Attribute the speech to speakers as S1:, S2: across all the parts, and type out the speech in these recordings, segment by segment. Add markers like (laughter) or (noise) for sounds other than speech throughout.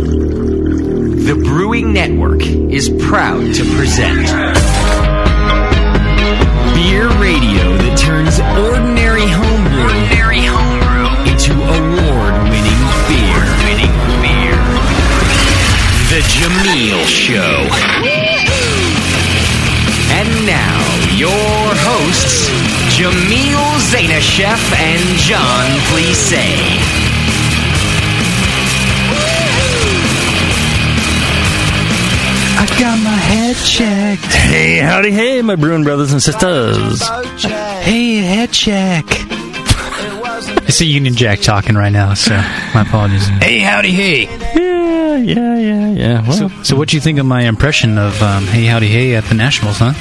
S1: The Brewing Network is proud to present Beer Radio that turns ordinary homebrew, into award-winning beer. The Jameel Show. And now, your hosts, Jameel Zainashev and John Plisse.
S2: I got my head checked.
S3: Hey, howdy, hey, my Bruin brothers and sisters.
S2: Hey, head check. It's a Union Jack talking right now, so my (laughs) apologies.
S4: Hey, howdy, hey.
S3: Yeah, yeah, yeah, yeah. Well,
S2: So, so what do you think of my impression of um, Hey Howdy Hey at the Nationals, huh?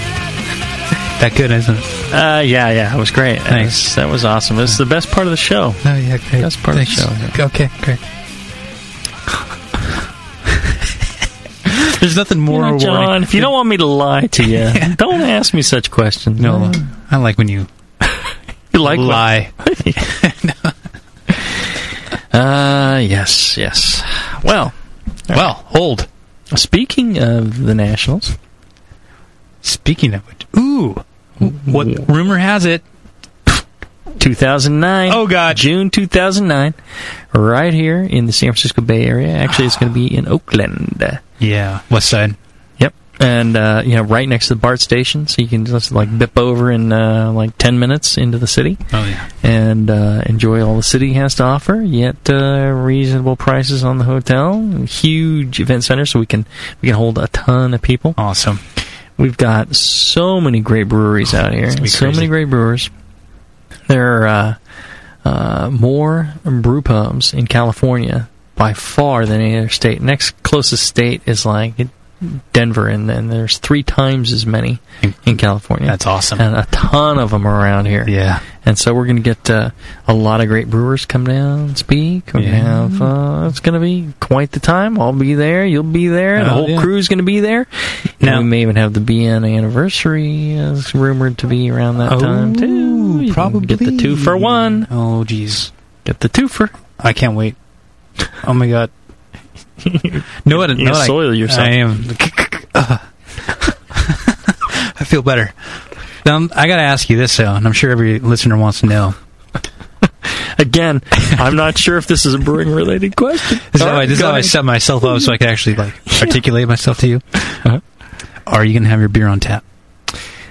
S2: That good, isn't it?
S3: uh, yeah, yeah, it was great. That
S2: Thanks.
S3: was- That was awesome. It's the best part of the show.
S2: Oh, yeah, great.
S3: That's part of the show,
S2: Okay, great. There's nothing more
S3: You know,
S2: rewarding
S3: John, if you don't want me to lie to (laughs) you, don't ask me such questions.
S2: No, I like when you
S3: you like what-
S2: lie.
S3: Uh, yes, yes. Well,
S2: Well, hold.
S3: speaking of the Nationals,
S2: Speaking of which, ooh, what rumor has it?
S3: 2009.
S2: Oh, God.
S3: June 2009, right here in the San Francisco Bay Area. Actually, it's going to be in Oakland.
S2: Yeah, West Side.
S3: Yep. And uh, you know, right next to the BART station, so you can just like bip over in uh, like ten minutes into the city
S2: Oh yeah,
S3: and uh, enjoy all the city has to offer. Yet uh, reasonable prices on the hotel, huge event center, so we can we can hold a ton of people.
S2: awesome.
S3: We've got so many great breweries out here.
S2: Oh, gonna be
S3: So
S2: crazy.
S3: many great brewers. There are uh, uh, more brew pubs in California by far than any other state. Next closest state is like Denver, and then there's three times as many in California.
S2: That's awesome.
S3: And a ton of them around here.
S2: Yeah.
S3: And so we're going to get uh, a lot of great brewers come down and speak. We're
S2: Yeah.
S3: gonna have, uh, it's going to be quite the time. I'll be there. You'll be there. The
S2: Oh,
S3: whole
S2: yeah.
S3: crew's going to be there.
S2: Now-
S3: and we may even have the BN anniversary is rumored to be around that time too. You can
S2: Oh, Probably
S3: get the two for one.
S2: Oh jeez,
S3: Get the two for.
S2: I can't wait. Oh my
S3: (laughs)
S2: god. no, what?
S3: You're
S2: no,
S3: gonna
S2: I-
S3: soil yourself.
S2: I am. (laughs) I feel better. Um, I got to ask you this though, and I'm sure every listener wants to know. (laughs)
S3: Again, I'm not sure if this is a brewing related question.
S2: This is how I, this is how I
S3: Alright,
S2: set myself up so I can actually
S3: (laughs)
S2: like articulate myself to you.
S3: Uh-huh.
S2: Are you gonna have your beer on tap?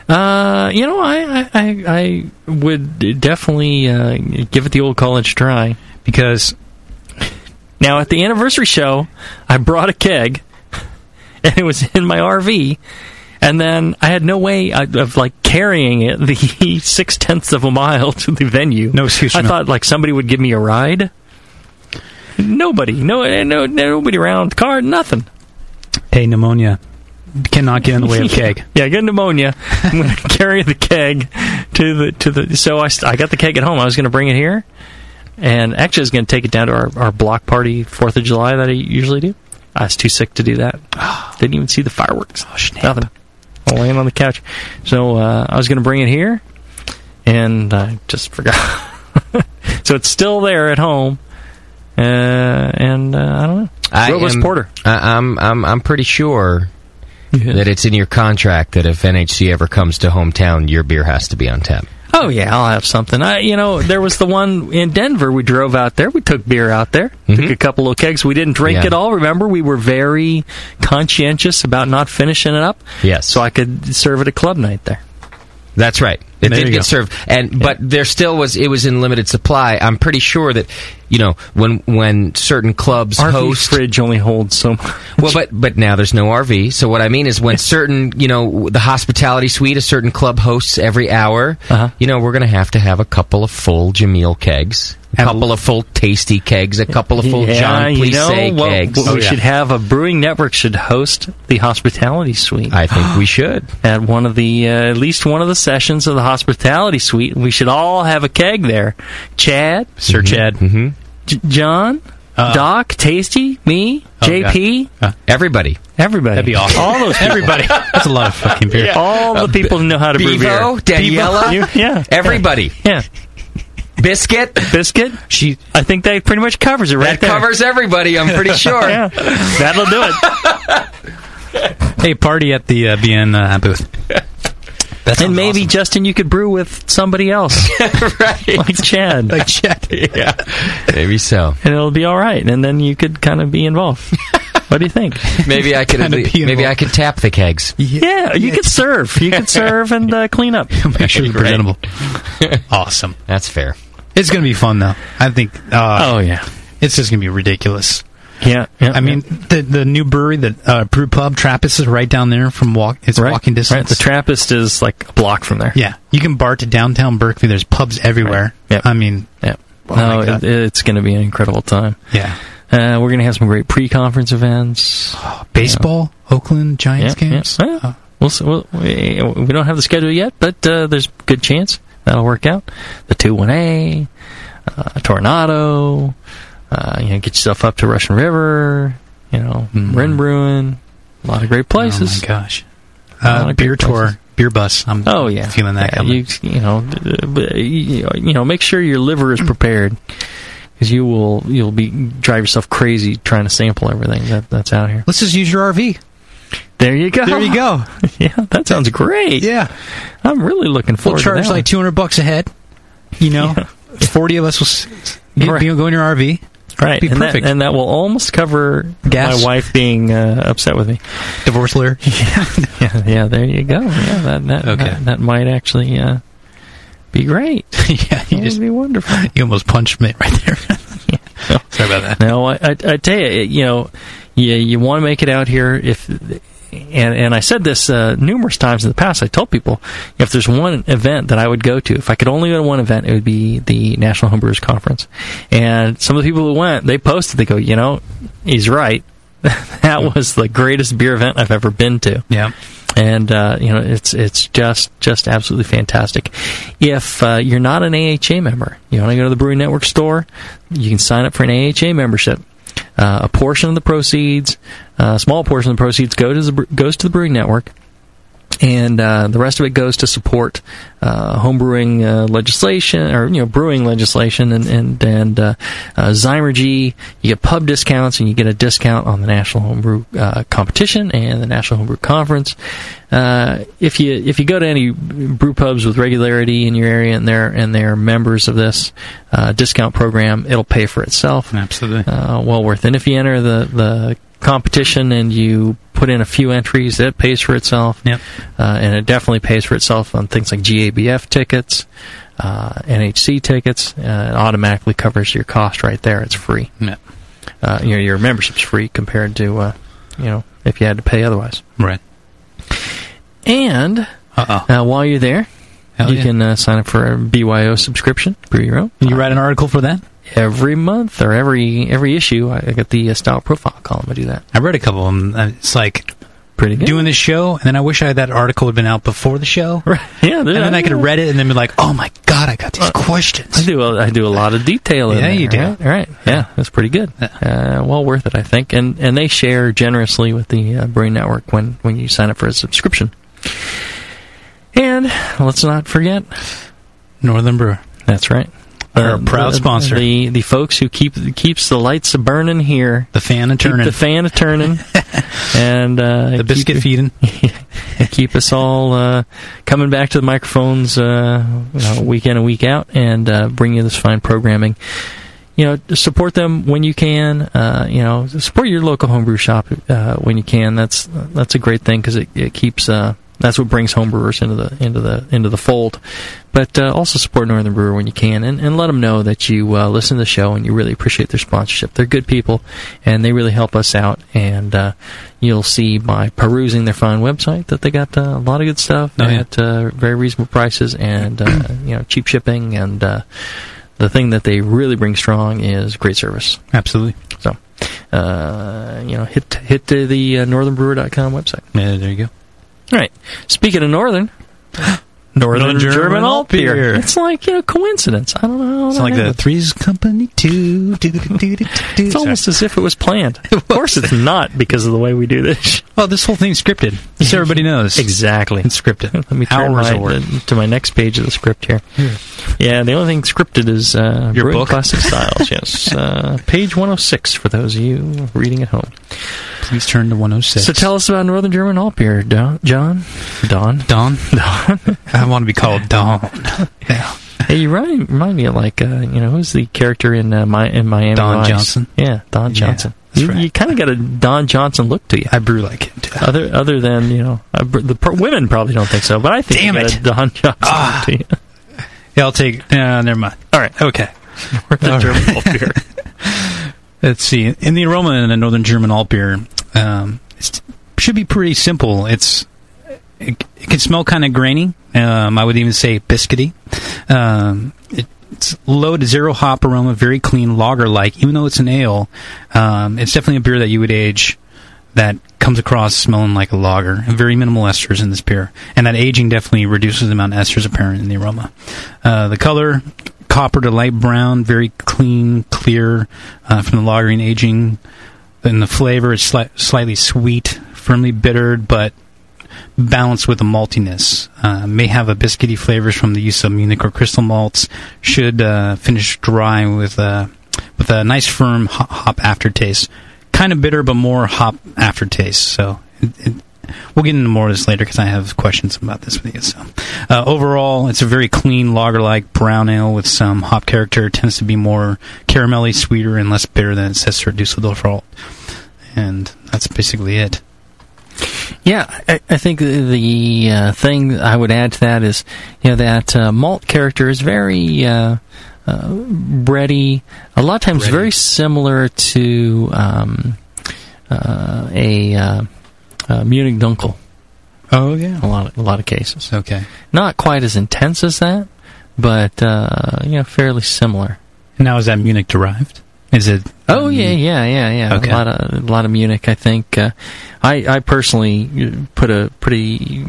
S3: Uh, you know, I I, I, I would definitely uh, give it the old college try.
S2: Because
S3: Now at the anniversary show, I brought a keg, (laughs) and it was in my RV. And then I had no way of, of like carrying it the (laughs) six tenths of a mile to the venue.
S2: No excuse,
S3: I
S2: no.
S3: thought like somebody would give me a ride. Nobody, no, eh, no, nobody around. Car, nothing.
S2: hey, pneumonia cannot get in the way
S3: (laughs)
S2: of keg.
S3: Yeah, I got pneumonia.
S2: (laughs)
S3: I'm going to carry the keg to the to the. So I, st- I got the keg at home. I was going to bring it here, and actually I was going to take it down to our, our block party Fourth of July that I usually do. I was too sick to
S2: (sighs)
S3: do that. Didn't even see the fireworks.
S2: Oh,
S3: Nothing. I'm laying on the couch. So uh, I was going to bring it here, and I just forgot. (laughs) so it's still there at home, uh, and uh, I don't know.
S1: I
S3: Robles
S1: am-
S3: Porter.
S1: I, I'm I'm I'm pretty sure that it's in your contract that if NHC ever comes to hometown, your beer has to be on tap.
S3: Oh yeah, I'll have something. I, you know, there was the one in Denver. We drove out there. We took beer out there. Took a couple of kegs. We didn't drink
S1: Mm-hmm. Yeah.
S3: it all. Remember, we were very conscientious about not finishing it up.
S1: Yes.
S3: So I could serve it a club night there.
S1: That's right. It
S2: There
S1: did
S2: you
S1: get
S2: go.
S1: served, and but there still was it was in limited supply. I'm pretty sure that you know when when certain clubs
S3: RV
S1: host
S3: fridge only holds so much.
S1: well, but but now there's no RV. So what I mean is,
S3: (laughs)
S1: when certain you know the hospitality suite, a certain club hosts every hour.
S3: Uh-huh.
S1: You know, we're going to have to have a couple of full Jameel kegs, a
S2: Have-
S1: couple of full tasty kegs, a couple of full
S3: (laughs) yeah,
S1: John
S3: you know
S1: Plisse
S3: what-
S1: kegs. Oh,
S3: what we should have a brewing network should host the hospitality suite
S1: I think we should.
S3: at one of the uh, at least one of the sessions of the hospitality suite. We should all have a keg there. Chad, Sir Chad,
S1: hmm
S3: J- John,
S2: Uh,
S3: Doc, Tasty, me,
S2: Oh,
S3: JP,
S1: Everybody,
S3: everybody.
S2: That'd be awesome.
S3: All those people.
S2: Everybody. That's a lot of fucking beer.
S3: All the people who know how to brew beer.
S1: Bevo, Daniela,
S3: You- yeah. (laughs)
S1: everybody,
S3: Yeah.
S1: biscuit.
S3: Biscuit.
S2: She
S3: I think that pretty much covers it right
S1: That
S3: there.
S1: covers everybody. I'm pretty sure.
S3: (laughs)
S1: (laughs)
S3: Yeah. That'll do it.
S2: (laughs) hey party at the uh, BN uh, booth. That
S3: and
S2: sounds
S3: maybe Justin you could brew with somebody else
S1: right. (laughs)
S3: like Chad.
S2: awesome. like Chad.
S1: Yeah. Maybe so.
S3: and it'll be all right and then you could kind of be involved. what do you think?
S1: Maybe I could. at
S2: Kinda
S1: lea-
S2: be
S1: Maybe
S2: involved.
S1: I could tap the kegs.
S3: Yeah, you could serve. You could serve and uh, clean up.
S2: Make sure you're
S3: (laughs)
S2: presentable. awesome.
S1: That's fair.
S2: It's gonna be fun though. I think. Uh,
S3: Oh yeah.
S2: It's just gonna be ridiculous.
S3: Yeah. yeah,
S2: I mean, the the new brewery, the uh, brew pub, Trappist is right down there from walk. It's
S3: yeah. right,
S2: walking distance.
S3: Right. The Trappist is like a block from there.
S2: yeah, you can bar to downtown Berkeley. There's pubs everywhere.
S3: Yep.
S2: I mean,
S3: Yeah.
S2: Oh,
S3: no,
S2: my God.
S3: it, it's going to be an incredible time.
S2: yeah,
S3: Uh, we're going to have some great pre-conference events.
S2: baseball, Oakland Giants
S3: Oh, Yeah, yeah.
S2: games.
S3: Yeah.
S2: Uh,
S3: We'll, s- we'll, we we don't have the schedule yet, but uh, there's a good chance that'll work out. The 2-1-A, uh, Tornado, uh, you know, get yourself up to Russian River, you know,
S2: Mm.
S3: Ren Bruin, a lot of great places.
S2: Oh my gosh.
S3: A lot
S2: Uh,
S3: of great
S2: beer tour,
S3: places.
S2: beer bus. I'm
S3: Oh, yeah,
S2: feeling that
S3: Yeah,
S2: coming.
S3: you, you know, d- uh, but, uh, you you know, make sure your liver is prepared because you will you'll be drive yourself crazy trying to sample everything that, that's out here.
S2: Let's just use your RV.
S3: There you go.
S2: There you (laughs) go.
S3: (laughs) yeah, that sounds great.
S2: Yeah,
S3: I'm really looking
S2: we'll
S3: forward. to
S2: charge
S3: that one.
S2: like 200 bucks a head. You know, 40 of us will s- s- get,
S3: Right.
S2: you know, go in your RV.
S3: Right,
S2: Be
S3: and,
S2: perfect.
S3: That, and that will almost cover
S2: Gas.
S3: my wife being uh, upset with me.
S2: Divorce
S3: (laughs)
S2: lawyer. (laughs)
S3: Yeah, (laughs) yeah, there you go. Yeah, that that
S2: Okay.
S3: that, that might actually uh, be great.
S2: yeah,
S3: It
S2: you
S3: would
S2: just
S3: be wonderful.
S2: you almost punched me right
S3: (laughs)
S2: there. Sorry about that.
S3: No, I, I, I tell you, it- you know, you, you want to make it out here. If and and I said this uh, numerous times in the past. I told people if there's one event that I would go to, if I could only go to one event, it would be the National Homebrewers Conference. And some of the people who went, they posted, they go, you know, he's right. (laughs) that was the greatest beer event I've ever been to
S2: Yeah.
S3: and uh, you know it's it's just just absolutely fantastic. If uh, you're not an AHA member, you want to go to the Brewing Network store, you can sign up for an AHA membership. Uh, a portion of the proceeds, uh, a small portion of the proceeds, go to the, bre- goes to the Brewing Network, and uh, the rest of it goes to support uh, homebrewing uh, legislation or you know brewing legislation and and and uh, uh, Zymergy. You get pub discounts and you get a discount on the National Homebrew uh, Competition and the National Homebrew Conference. Uh, if you if you go to any brew pubs with regularity in your area and they're and they're members of this uh, discount program, it'll pay for itself
S2: Absolutely.
S3: uh, well worth. it. And if you enter the the competition and you put in a few entries, it pays for itself.
S2: Yep.
S3: Uh, and it definitely pays for itself on things like GABF tickets, uh, NHC tickets. Uh, it automatically covers your cost right there. It's free.
S2: Yeah.
S3: Uh, your your membership's free compared to uh, you know if you had to pay otherwise.
S2: Right.
S3: And
S2: Uh oh.
S3: uh, while you're there,
S2: Hell
S3: you
S2: yeah.
S3: can uh, sign up for a BYO subscription, Brew Your Own.
S2: Can you write an article for that?
S3: every month or every every issue. I, I get the uh, style profile column. I do that.
S2: I read a couple of them. Uh, It's like
S3: Pretty good.
S2: doing this show, and then I wish I that article had been out before the show,
S3: Right. Yeah, Uh,
S2: and then I could have read it and then be like, "Oh my god, I got these
S3: I
S2: questions."
S3: do. A, I do a lot of detail. in
S2: Yeah,
S3: there,
S2: you do.
S3: Right? right. Yeah, that's pretty good. Uh, well worth it, I think. And and they share generously with the uh, Brain Network when when you sign up for a subscription. And let's not forget.
S2: Northern Brewer.
S3: That's right. Uh,
S2: They're a proud
S3: the-
S2: sponsor.
S3: The the folks who keep keeps the lights a burning here.
S2: The fan and turning.
S3: Keep the fan
S2: (laughs)
S3: a turning, and uh,
S2: The
S3: keep-
S2: biscuit feeding.
S3: (laughs) keep us all uh, coming back to the microphones uh, you know, week in and week out and uh, bring you this fine programming. You know, support them when you can. Uh, you know, support your local homebrew shop uh, when you can. That's that's a great thing because it, it keeps uh, That's what brings home brewers into the into the into the fold. But uh, also support Northern Brewer when you can, and, and let them know that you uh, listen to the show and you really appreciate their sponsorship. They're good people, and they really help us out. And uh, you'll see by perusing their fine website that they got uh, a lot of good stuff
S2: Oh, yeah.
S3: at uh, very reasonable prices
S2: (clears throat)
S3: and uh, you know cheap shipping. And uh, the thing that they really bring strong is great service.
S2: Absolutely.
S3: So, uh, you know, hit hit the, the uh, northernbrewer.com website.
S2: Yeah, there you go.
S3: All right. Speaking of northern,
S2: Northern, German
S3: alt
S2: alt beer.
S3: It's like you know coincidence. I don't know.
S2: It's like the Three's Company too. Do, do, do, do, do, do.
S3: It's
S2: Sorry.
S3: almost as if it was planned. Of course, it's not because of the way we
S2: (laughs)
S3: do this.
S2: well, this whole thing's scripted. Just so everybody knows.
S3: Exactly. Oh,
S2: It's scripted.
S3: (laughs) Let me turn
S2: Hours
S3: my, uh,
S2: of work.
S3: to my next page of the script here. Yeah, the only thing scripted is uh,
S2: Your
S3: brewing
S2: book?
S3: classic
S2: (laughs)
S3: styles. Yes, uh, page one hundred six for those of you reading at home.
S2: Please turn to 106.
S3: So tell us about Northern German alt beer, Don, John,
S2: (laughs)
S3: Don. (laughs)
S2: Don. Don. I want to be called Don. Yeah.
S3: Hey, you remind, remind me of like uh, you know who's the character in uh, my in Miami?
S2: Don
S3: Vice?
S2: Johnson.
S3: Yeah, Don
S2: Yeah,
S3: Johnson.
S2: that's
S3: you
S2: right.
S3: you kind of got a Don Johnson look to you.
S2: I brew like it.
S3: (laughs) Other other than you know uh, br- the pr- women probably don't think so, but I think
S2: Damn
S3: you got
S2: it.
S3: a Don Johnson
S2: Ah.
S3: (laughs) look to you.
S2: Yeah, I'll take. No, never mind.
S3: All right,
S2: Okay.
S3: we're the
S2: All
S3: German alt beer.
S2: Let's see. In the aroma in a northern German alt beer, um, it should be pretty simple. It's it, it can smell kind of grainy. Um, I would even say biscuity. Um, it, it's low to zero hop aroma, very clean lager like. Even though it's an ale, um, it's definitely a beer that you would age. That comes across smelling like a lager. And very minimal esters in this beer, and that aging definitely reduces the amount of esters apparent in the aroma. Uh, the color, copper to light brown, very clean, clear uh, from the lagering aging. Then the flavor is sli- slightly sweet, firmly bittered, but balanced with the maltiness. Uh, may have a biscuity flavors from the use of Munich or crystal malts. Should uh, finish dry with a with a nice firm hop, hop aftertaste. Kind of bitter, but more hop aftertaste. So. It, it, We'll get into more of this later because I have questions about this with you. So, uh, overall, it's a very clean lager-like brown ale with some hop character. It tends to be more caramelly, sweeter, and less bitter than its sister Dusseldorfer Alt. And that's basically it.
S3: (laughs) Yeah, I, I think the, the uh, thing I would add to that is, you know, that uh, malt character is very uh, uh, bready. A lot of times,
S2: Bready.
S3: very similar to um, uh, a, uh, uh Munich Dunkel.
S2: Oh yeah.
S3: A lot, of, a lot of cases.
S2: Okay.
S3: Not quite as intense as that, but uh, you know, fairly similar.
S2: Now is that Munich derived? Is it?
S3: Oh yeah, yeah, yeah, yeah.
S2: Mm. Okay.
S3: A lot of a lot of Munich. I think uh, I I personally uh, put a pretty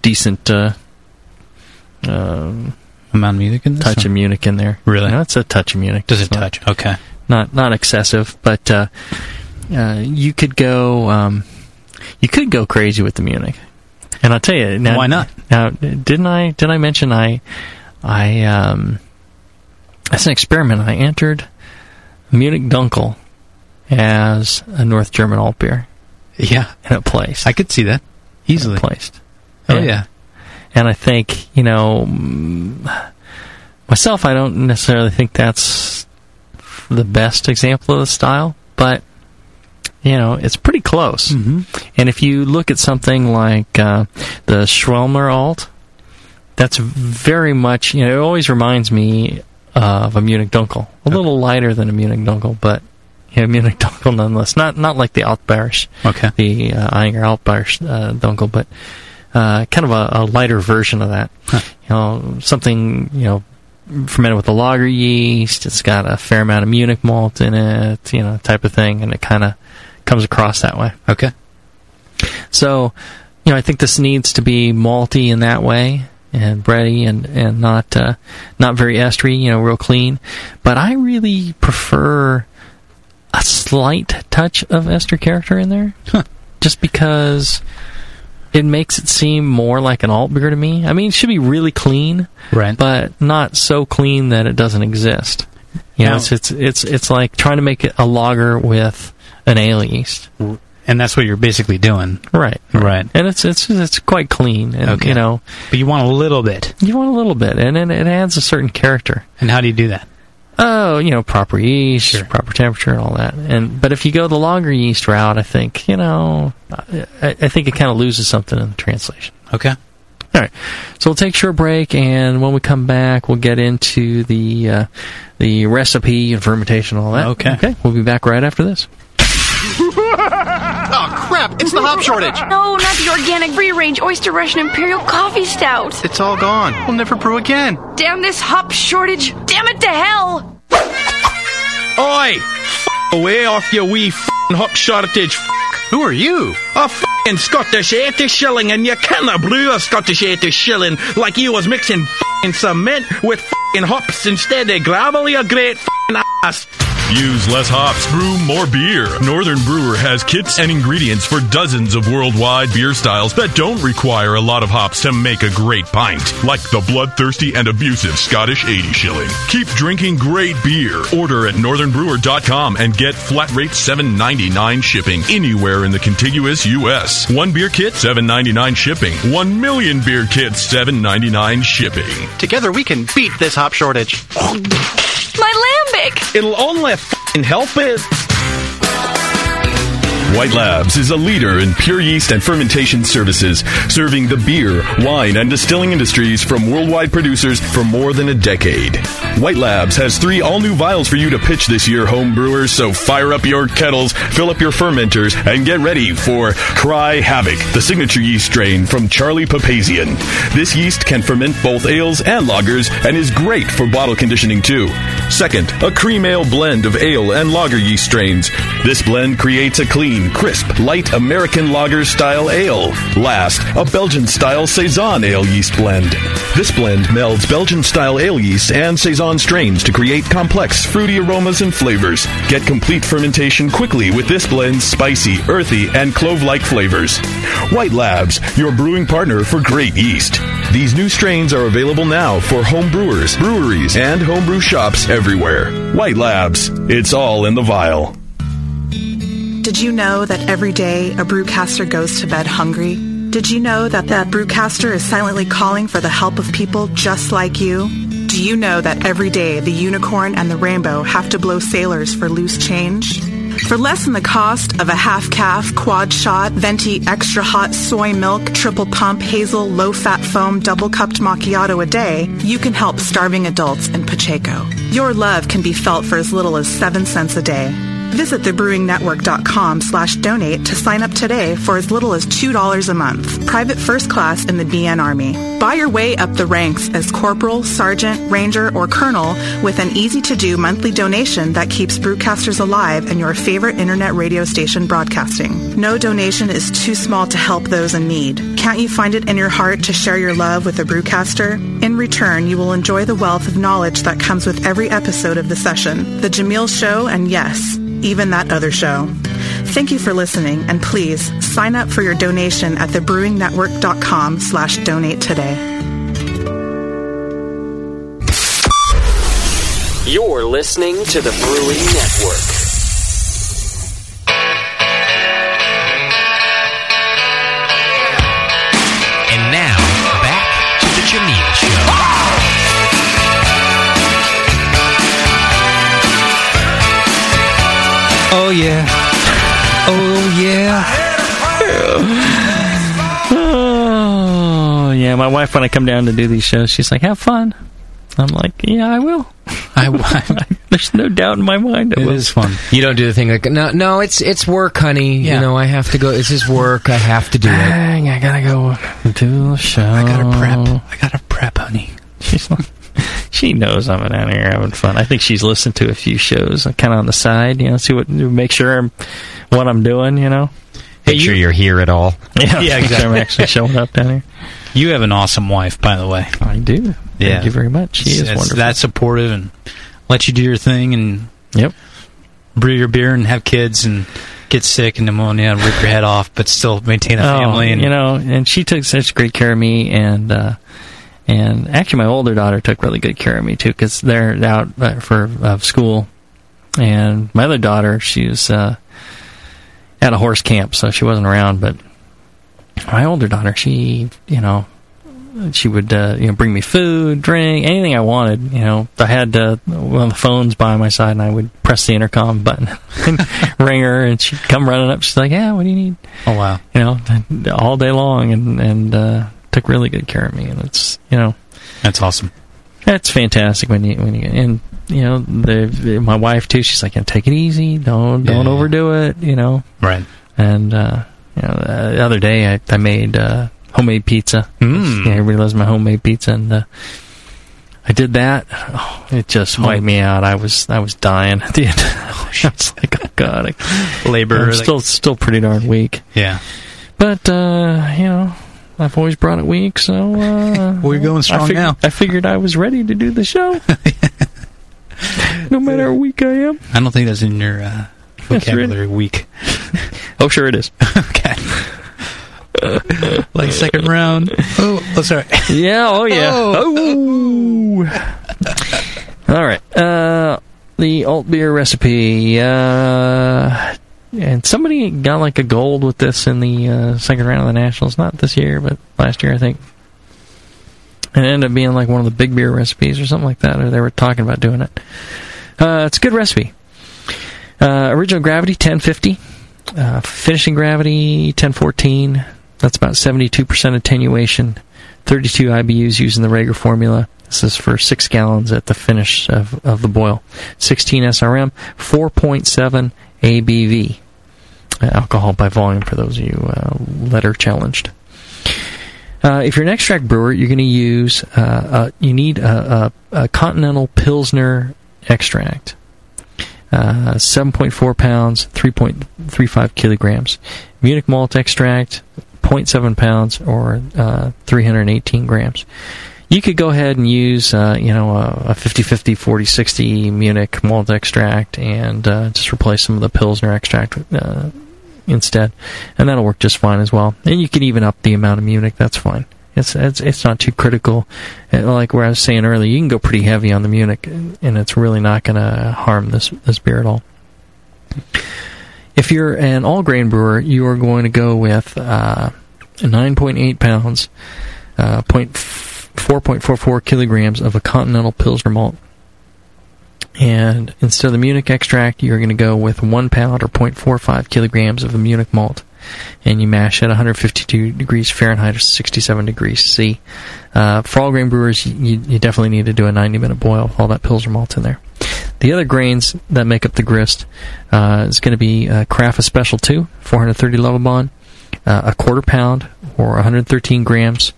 S3: decent uh, um,
S2: Amount of Munich in this.
S3: touch of Munich in there.
S2: Really?
S3: No, it's a touch of Munich.
S2: Does it
S3: It's not-
S2: touch? Okay.
S3: Not not excessive, but uh, uh, you could go um, you could go crazy with the Munich. And I'll tell you now.
S2: Why not?
S3: Now, didn't I did I mention I I um as an experiment I entered Munich Dunkel as a North German alt beer
S2: Yeah,
S3: and it placed.
S2: I could see that easily.
S3: It placed.
S2: Oh yeah.
S3: And I think, you know, mm, myself I don't necessarily think that's the best example of the style, but you know, it's pretty close.
S2: Mm-hmm.
S3: And if you look at something like uh, the Schwelmer alt, that's very much, you know, it always reminds me of a Munich Dunkel. A
S2: Okay.
S3: little lighter than a Munich Dunkel, but yeah, Munich Dunkel nonetheless. Not not like the Altbarisch,
S2: Okay.
S3: the uh, Einger Altbarisch uh, Dunkel, but uh, kind of a, a lighter version of that.
S2: Huh.
S3: You know, something, you know, fermented with the lager yeast. It's got a fair amount of Munich malt in it, you know, type of thing, and it kind of comes across that way.
S2: Okay.
S3: So, you know, I think this needs to be malty in that way and bready and and not uh, not very estery, you know, real clean. But I really prefer a slight touch of ester character in there,
S2: Huh.
S3: just because it makes it seem more like an alt beer to me. I mean, it should be really clean,
S2: Right.
S3: but not so clean that it doesn't exist. You know,
S2: Now-
S3: it's, it's it's it's like trying to make it a lager with an ale yeast,
S2: and that's what you're basically doing.
S3: right?
S2: Right.
S3: and it's it's it's quite clean. And,
S2: Okay.
S3: You know,
S2: But you want a little bit.
S3: you want a little bit, and then it adds a certain character.
S2: And how do you do that?
S3: Oh, you know, proper yeast,
S2: Sure.
S3: proper temperature, and all that. And but if you go the longer yeast route, I think you know, I, I I think it kind of loses something in the translation.
S2: Okay.
S3: All right, so we'll take a short break, and when we come back, we'll get into the uh, the recipe and fermentation, and all that.
S2: Okay.
S3: okay, we'll be back right after this.
S4: Oh, crap! It's the hop shortage!
S5: No, Oh, not the organic free range oyster Russian imperial coffee stout.
S4: It's all gone. We'll never brew again.
S5: Damn this hop shortage. Damn it to hell.
S6: Oi! F- away off your wee f***ing hop shortage. F-
S4: Who are you?
S6: a f***ing Scottish 80 shilling and you canna brew a Scottish 80 shilling like you was mixing f***ing cement with f***ing hops instead of gravel, you great f***ing ass.
S7: Use less hops, brew more beer. Northern Brewer has kits and ingredients for dozens of worldwide beer styles that don't require a lot of hops to make a great pint, like the bloodthirsty and abusive Scottish 80 shilling. Keep drinking great beer. Order at northernbrewer.com and get flat rate 7.99 shipping anywhere in the contiguous US. 1 beer kit 7.99 shipping. 1 million beer kits 7.99 shipping.
S4: Together we can beat this hop shortage.
S5: My lambic.
S6: It'll only f***ing help it.
S7: White Labs is a leader in pure yeast and fermentation services, serving the beer, wine, and distilling industries from worldwide producers for more than a decade. White Labs has three all new vials for you to pitch this year, home brewers, so fire up your kettles, fill up your fermenters, and get ready for Cry Havoc, the signature yeast strain from Charlie Papazian. This yeast can ferment both ales and lagers and is great for bottle conditioning too. Second, a cream ale blend of ale and lager yeast strains. This blend creates a clean, crisp, light American lager style ale. Last, a Belgian style Saison ale yeast blend. This blend melds Belgian style ale yeast and Saison strains to create complex, fruity aromas and flavors. Get complete fermentation quickly with this blend's spicy, earthy, and clove like flavors. White Labs, your brewing partner for great yeast. These new strains are available now for home brewers, breweries, and homebrew shops everywhere. White Labs, it's all in the vial.
S8: Did you know that every day a brewcaster goes to bed hungry? Did you know that the brewcaster is silently calling for the help of people just like you? Do you know that every day the unicorn and the rainbow have to blow sailors for loose change? For less than the cost of a half calf, quad shot, venti, extra hot soy milk, triple pump, hazel, low fat foam, double cupped macchiato a day, you can help starving adults in Pacheco. Your love can be felt for as little as 7 cents a day. Visit thebrewingnetwork.com slash donate to sign up today for as little as $2 a month. Private first class in the BN Army. Buy your way up the ranks as corporal, sergeant, ranger, or colonel with an easy-to-do monthly donation that keeps brewcasters alive and your favorite internet radio station broadcasting. No donation is too small to help those in need. Can't you find it in your heart to share your love with a brewcaster? In return, you will enjoy the wealth of knowledge that comes with every episode of the session, The Jameel Show, and yes, even that other show. Thank you for listening, and please sign up for your donation at thebrewingnetwork.com slash donate today.
S9: You're listening to the Brewing Network.
S1: And now, back to the Jameel Show.
S2: Oh yeah. Oh yeah.
S3: Oh yeah, my wife when I come down to do these shows, she's like, "Have fun." I'm like, "Yeah, I will." (laughs)
S2: I, (laughs)
S3: There's no doubt in my mind. I
S2: it
S3: will.
S2: is fun.
S1: You don't do the thing like, no, no, it's it's work, honey.
S2: Yeah.
S1: You know, I have to go. This is work. I have to do it.
S3: Dang, I gotta go do the show.
S2: I gotta
S3: Oh.
S2: prep. I gotta prep, honey.
S3: She's like, she knows I'm down here having fun. I think she's listened to a few shows, kind of on the side, you know, see what, make sure I'm, what I'm doing, you know.
S1: Make sure you're here at all.
S3: Yeah, exactly. I'm actually showing up down here.
S2: You have an awesome wife, by the way.
S3: I do.
S2: Yeah.
S3: Thank you very much. She is
S2: It's- it's
S3: wonderful.
S2: that supportive and let you do your thing and
S3: yep.
S2: brew your beer and have kids and get sick and pneumonia and rip your head off, but still maintain a family.
S3: Oh,
S2: And
S3: you know, and she took such great care of me, and uh, and actually my older daughter took really good care of me too, because they're out uh, for uh, school, and my other daughter she's uh, at a horse camp, so she wasn't around. But my older daughter, she you know she would uh, you know bring me food, drink, anything I wanted. You know, I had uh, one of the phones by my side, and I would press the intercom button, (laughs) and ring her, and she'd come running up. She's like, "Yeah, what do you need?"
S2: Oh wow.
S3: You know, all day long, and and uh, took really good care of me. And it's you know,
S2: That's awesome.
S3: that's fantastic when you when you and you know the my wife too. She's like, "Take it easy, don't don't
S2: Yeah.
S3: overdo it," you know.
S2: Right.
S3: And uh, you know, the other day I, I made uh, homemade pizza.
S2: Mm.
S3: Yeah, everybody loves my homemade pizza, and uh, I did that. Oh, it just wiped me out. I was I was dying at the end. (laughs) I was like, oh god, I,
S2: Labor.
S3: I'm
S2: like-
S3: still still pretty darn weak.
S2: yeah.
S3: But uh, you know, I've always brought it weak, so (laughs) uh,
S2: Well, you're going strong
S3: I fig-
S2: now.
S3: I figured I was ready to do the (laughs) show. no matter how weak I am.
S2: I don't think that's in your uh,
S3: (laughs) That's right.
S2: vocabulary week. (laughs)
S3: Oh, sure it is.
S2: Okay. like second round.
S3: (laughs)
S2: Oh, oh sorry.
S3: yeah. Oh, yeah. Oh. All right. Uh, the alt beer recipe. Uh, and somebody got like a gold with this in the uh, second round of the nationals. Not this year, but last year, I think. And it ended up being like one of the big beer recipes or something like that, or they were talking about doing it. Uh, it's a good recipe. Uh, original gravity 1050, uh, finishing gravity 1014. That's about 72% attenuation. 32 IBUs using the Rager formula. This is for six gallons at the finish of, of the boil. 16 SRM, 4.7 ABV. Uh, alcohol by volume for those of you uh, letter challenged. Uh, if you're an extract brewer, you're going to use, uh, a, you need a, a, a Continental Pilsner extract. Uh, 7.4 pounds, 3.35 kilograms. Munich malt extract, 0.7 pounds or uh, 318 grams. You could go ahead and use, uh, you know, a, a 50-50, 40-60 Munich malt extract and uh, just replace some of the Pilsner extract uh, instead, and that'll work just fine as well. And you can even up the amount of Munich. That's fine. It's it's it's not too critical. And Like where I was saying earlier, you can go pretty heavy on the Munich, and it's really not going to harm this this beer at all. If you're an all grain brewer, you are going to go with uh, 9.8 pounds, uh, point f- 4.44 kilograms of a Continental Pilsner malt. And instead of the Munich extract, you're going to go with 1 pound or 0.45 kilograms of the Munich malt. And you mash at 152 degrees Fahrenheit or 67 degrees C. Uh, for all grain brewers, you, you definitely need to do a 90 minute boil with all that Pilsner malt in there. The other grains that make up the grist uh, is going to be uh, Craft Special 2, 430 level bond, uh, a quarter pound or 113 grams,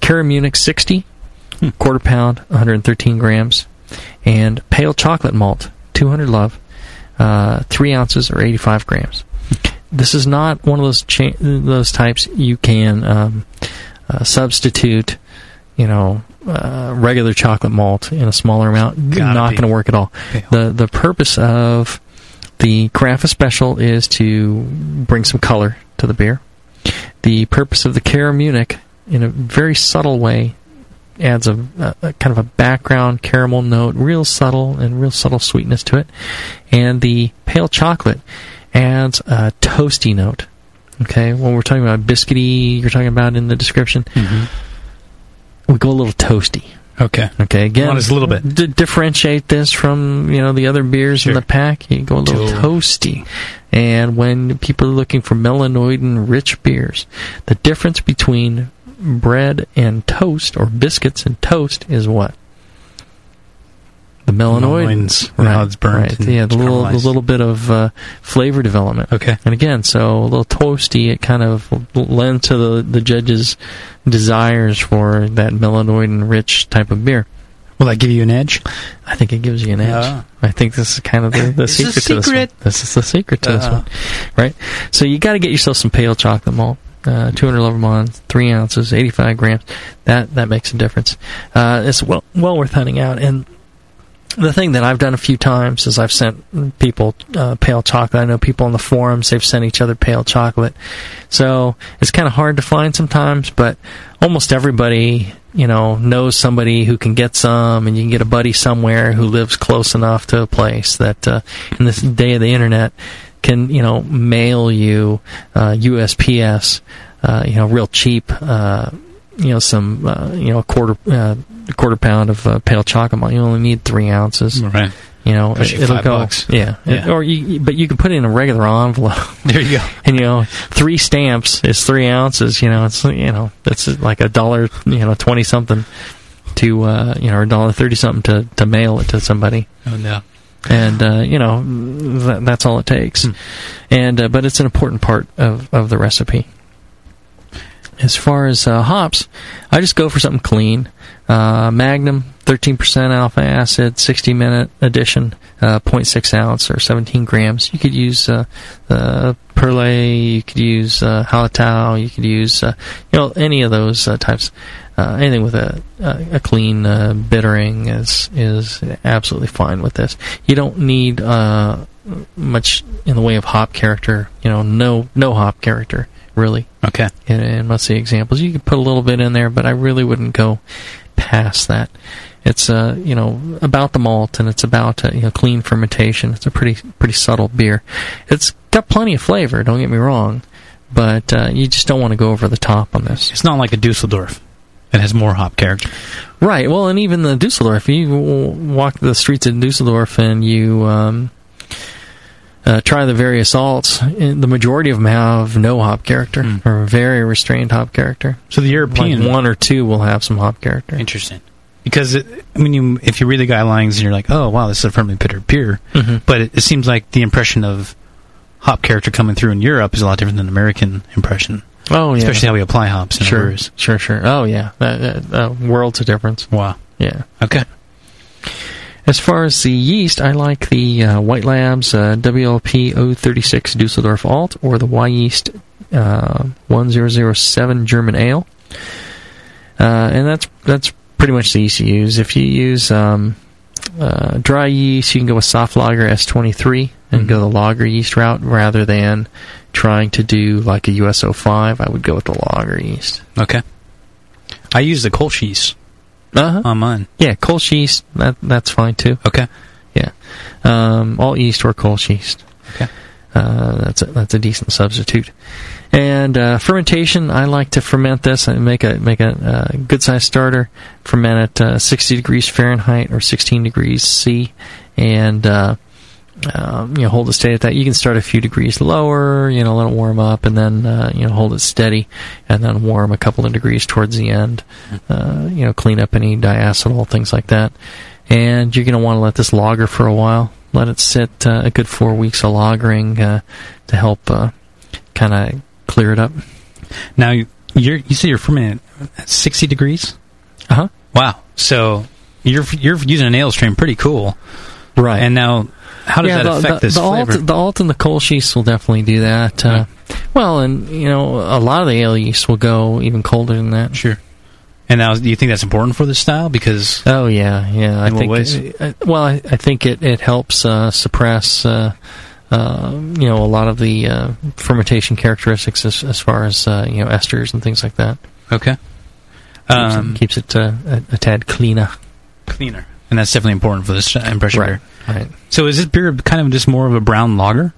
S3: Cara Munich 60, quarter pound, 113 grams, and pale chocolate malt, 200 love, uh, three ounces or 85 grams. This is not one of those cha- those types you can um, uh, substitute, you know, uh, regular chocolate malt in a smaller amount.
S2: Gotta
S3: not
S2: be.
S3: going to work at all.
S2: Okay.
S3: The the purpose of the carafe special is to bring some color to the beer. The purpose of the Cara Munich, in a very subtle way, adds a, a, a kind of a background caramel note, real subtle and real subtle sweetness to it. And the pale chocolate adds a toasty note. Okay, when we're talking about biscuity, you're talking about in the description, we go a little toasty.
S2: Mm-hmm. Okay.
S3: Okay, again,
S2: Well, just a little bit.
S3: d- differentiate this from you know the other beers in
S2: Sure.
S3: the pack. You go a little
S2: Toasty.
S3: toasty, and when people are looking for melanoidin-rich beers, the difference between bread and toast or biscuits and toast is what the melanoidins,
S2: Melanoidins, and how it's burnt
S3: right?
S2: and
S3: Yeah, the little the
S2: caramelized.
S3: little bit of uh, flavor development.
S2: Okay.
S3: And again, so a little toasty, it kind of lends to the, the judge's desires for that melanoidin rich type of beer.
S2: Will that give you an edge? Uh-huh.
S3: I think it gives you an edge.
S2: Yeah.
S3: I think this is kind of the, the
S2: It's the
S3: secret to this one.
S2: secret.
S3: This is the secret to this
S2: Yeah.
S3: one, right? So you got to get yourself some pale chocolate malt, uh, 200 Lovermont, three ounces, 85 grams. That that makes a difference. Uh, it's well well worth hunting out. And the thing that I've done a few times is I've sent people uh, pale chocolate. I know people on the forums they've sent each other pale chocolate. So it's kind of hard to find sometimes, but almost everybody, you know, knows somebody who can get some, and you can get a buddy somewhere who lives close enough to a place that, uh, in this day of the internet, can you know mail you uh, USPS, uh, you know, real cheap. Uh, you know some uh, you know a quarter uh, a quarter pound of uh, pale chocolate. You only need three ounces.
S2: Right.
S3: You know,
S2: Costs Mm. you
S3: it'll
S2: five
S3: go.
S2: bucks.
S3: Yeah,
S2: Yeah.
S3: Or you, but you can put it in a regular envelope, (laughs)
S2: There you go.
S3: and you know, three stamps is three ounces. You know, it's you know, that's like a dollar, you know, twenty something to uh, you know, or a dollar thirty something to to mail it to somebody
S2: Oh no.
S3: and uh, you know th- that's all it takes.
S2: Hmm.
S3: And uh, but it's an important part of of the recipe. As far as uh, hops, I just go for something clean. Uh, Magnum, 13% alpha acid, 60 minute addition, uh, 0.6 ounce or 17 grams. You could use uh, uh, Perle, you could use uh, Halotau, you could use uh, you know any of those uh, types. Uh, anything with a a, a clean uh, bittering is is absolutely fine with this. You don't need uh, much in the way of hop character. You know, no no hop character really
S2: Okay.
S3: in, in most of the examples. You could put a little bit in there, but I really wouldn't go past that. It's uh, you know about the malt and it's about uh, you know clean fermentation. It's a pretty pretty subtle beer. It's got plenty of flavor. Don't get me wrong, but uh, you just don't want to go over the top on this.
S2: It's not like a Dusseldorf. It has more hop character.
S3: Right. Well, and even the Dusseldorf, you w- walk the streets in Dusseldorf and you um, uh, try the various salts. and The majority of them have no hop character or very restrained hop character.
S2: So the European
S3: Like one or two will have some hop character.
S2: Interesting. Because it, I mean, you, if you read the guidelines, you're like, oh wow, this is a firmly bitter beer.
S3: Mhm.
S2: But it, it seems like the impression of hop character coming through in Europe is a lot different than American impression,
S3: Oh yeah.
S2: especially how we apply hops in
S3: sure.
S2: brewers.
S3: Sure. Sure. Oh yeah. That, that, uh, world's a difference.
S2: Wow.
S3: Yeah.
S2: Okay.
S3: As far as the yeast, I like the uh, White Labs uh, WLP 036 Dusseldorf Alt or the Y Yeast uh, 1007 German Ale. Uh, and that's that's pretty much the yeast you use. If you use um, uh, dry yeast, you can go with soft lager S23 and go the lager yeast route rather than trying to do like a USO5. I would go with the lager yeast.
S2: Okay. I use the Kolsch yeast
S3: Uh-huh.
S2: on mine.
S3: Yeah, Kolsch yeast, that, that's fine too.
S2: Okay.
S3: Yeah, um, all yeast or Kolsch yeast.
S2: Okay.
S3: Uh, that's a, that's a decent substitute. And uh, fermentation, I like to ferment this and make a make a uh, good sized starter. Ferment at uh, 60 degrees Fahrenheit or 16 degrees C, and uh, um, you know hold it steady at that. You can start a few degrees lower, you know, let it warm up, and then uh, you know hold it steady, and then warm a couple of degrees towards the end. Uh, you know, clean up any diacetyl things like that, and you're going to want to let this lager for a while. Let it sit uh, a good four weeks of lagering uh, to help uh, kind of clear it up.
S2: Now you you're, you say you're fermenting at 60 degrees.
S3: Uh
S2: Uh-huh.
S3: huh.
S2: Wow. So you're you're using an ale stream, pretty cool.
S3: Right.
S2: And now, how does that
S3: the,
S2: affect
S3: the,
S2: this
S3: the
S2: flavor?
S3: Alt, the alt and the coal yeast will definitely do that. Uh, Well, and you know, a lot of the ale yeast will go even colder than that.
S2: Sure. And now, do you think that's important for this style? Because
S3: Oh yeah, yeah. I
S2: In what
S3: think.
S2: ways?
S3: uh, well, I, I think it it helps uh, suppress. Uh, uh, you know a lot of the uh, fermentation characteristics as, as far as uh, you know esters and things like that
S2: okay,
S3: Keeps it-
S2: um,
S3: keeps it uh, a, a tad cleaner.
S2: cleaner, and that's definitely important for this uh, impression beer.
S3: Right.
S2: So, is this beer kind of just more of a brown lager,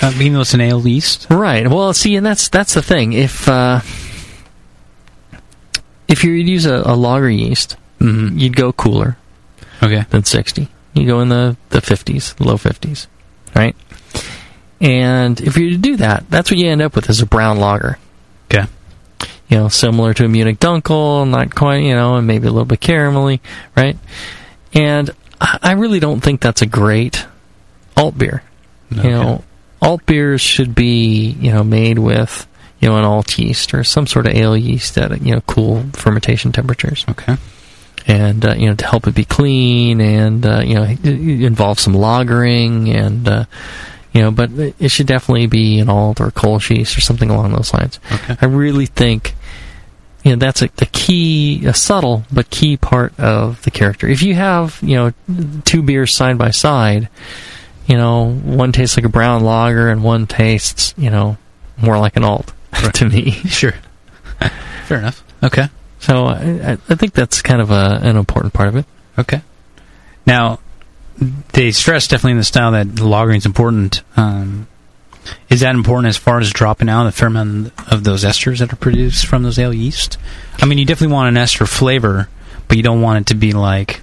S2: uh, even though it's an ale yeast?
S3: Right. Well, see, and that's that's the thing. If uh, if you use a, a lager yeast,
S2: Mm-hmm.
S3: you'd go cooler
S2: Okay,
S3: than sixty. You go in the the fifties, low fifties, right? And if you were to do that, that's what you end up with is a brown lager.
S2: okay,
S3: You know, similar to a Munich Dunkel, not quite, you know, and maybe a little bit caramelly, right? And I I really don't think that's a great alt beer.
S2: Okay.
S3: You know, alt beers should be you know made with you know an alt yeast or some sort of ale yeast at you know cool fermentation temperatures,
S2: okay, (laughs)
S3: and uh, you know to help it be clean and uh, you know it- it involve some lagering and uh, you know, but it it should definitely be an alt or Kolsch yeast or something along those lines.
S2: okay.
S3: I really think you know that's a, a key, a subtle but key part of the character. If you have you know two beers side by side, you know one tastes like a brown lager and one tastes you know more like an alt (laughs) to me.
S2: Sure, (laughs) fair enough. Okay,
S3: So I, I- I think that's kind of a, an important part of it.
S2: okay. Now, they stress definitely in the style that lagering is important. Um, is that important as far as dropping out a fair amount of those esters that are produced from those ale yeast? I mean, you definitely want an ester flavor, but you don't want it to be like,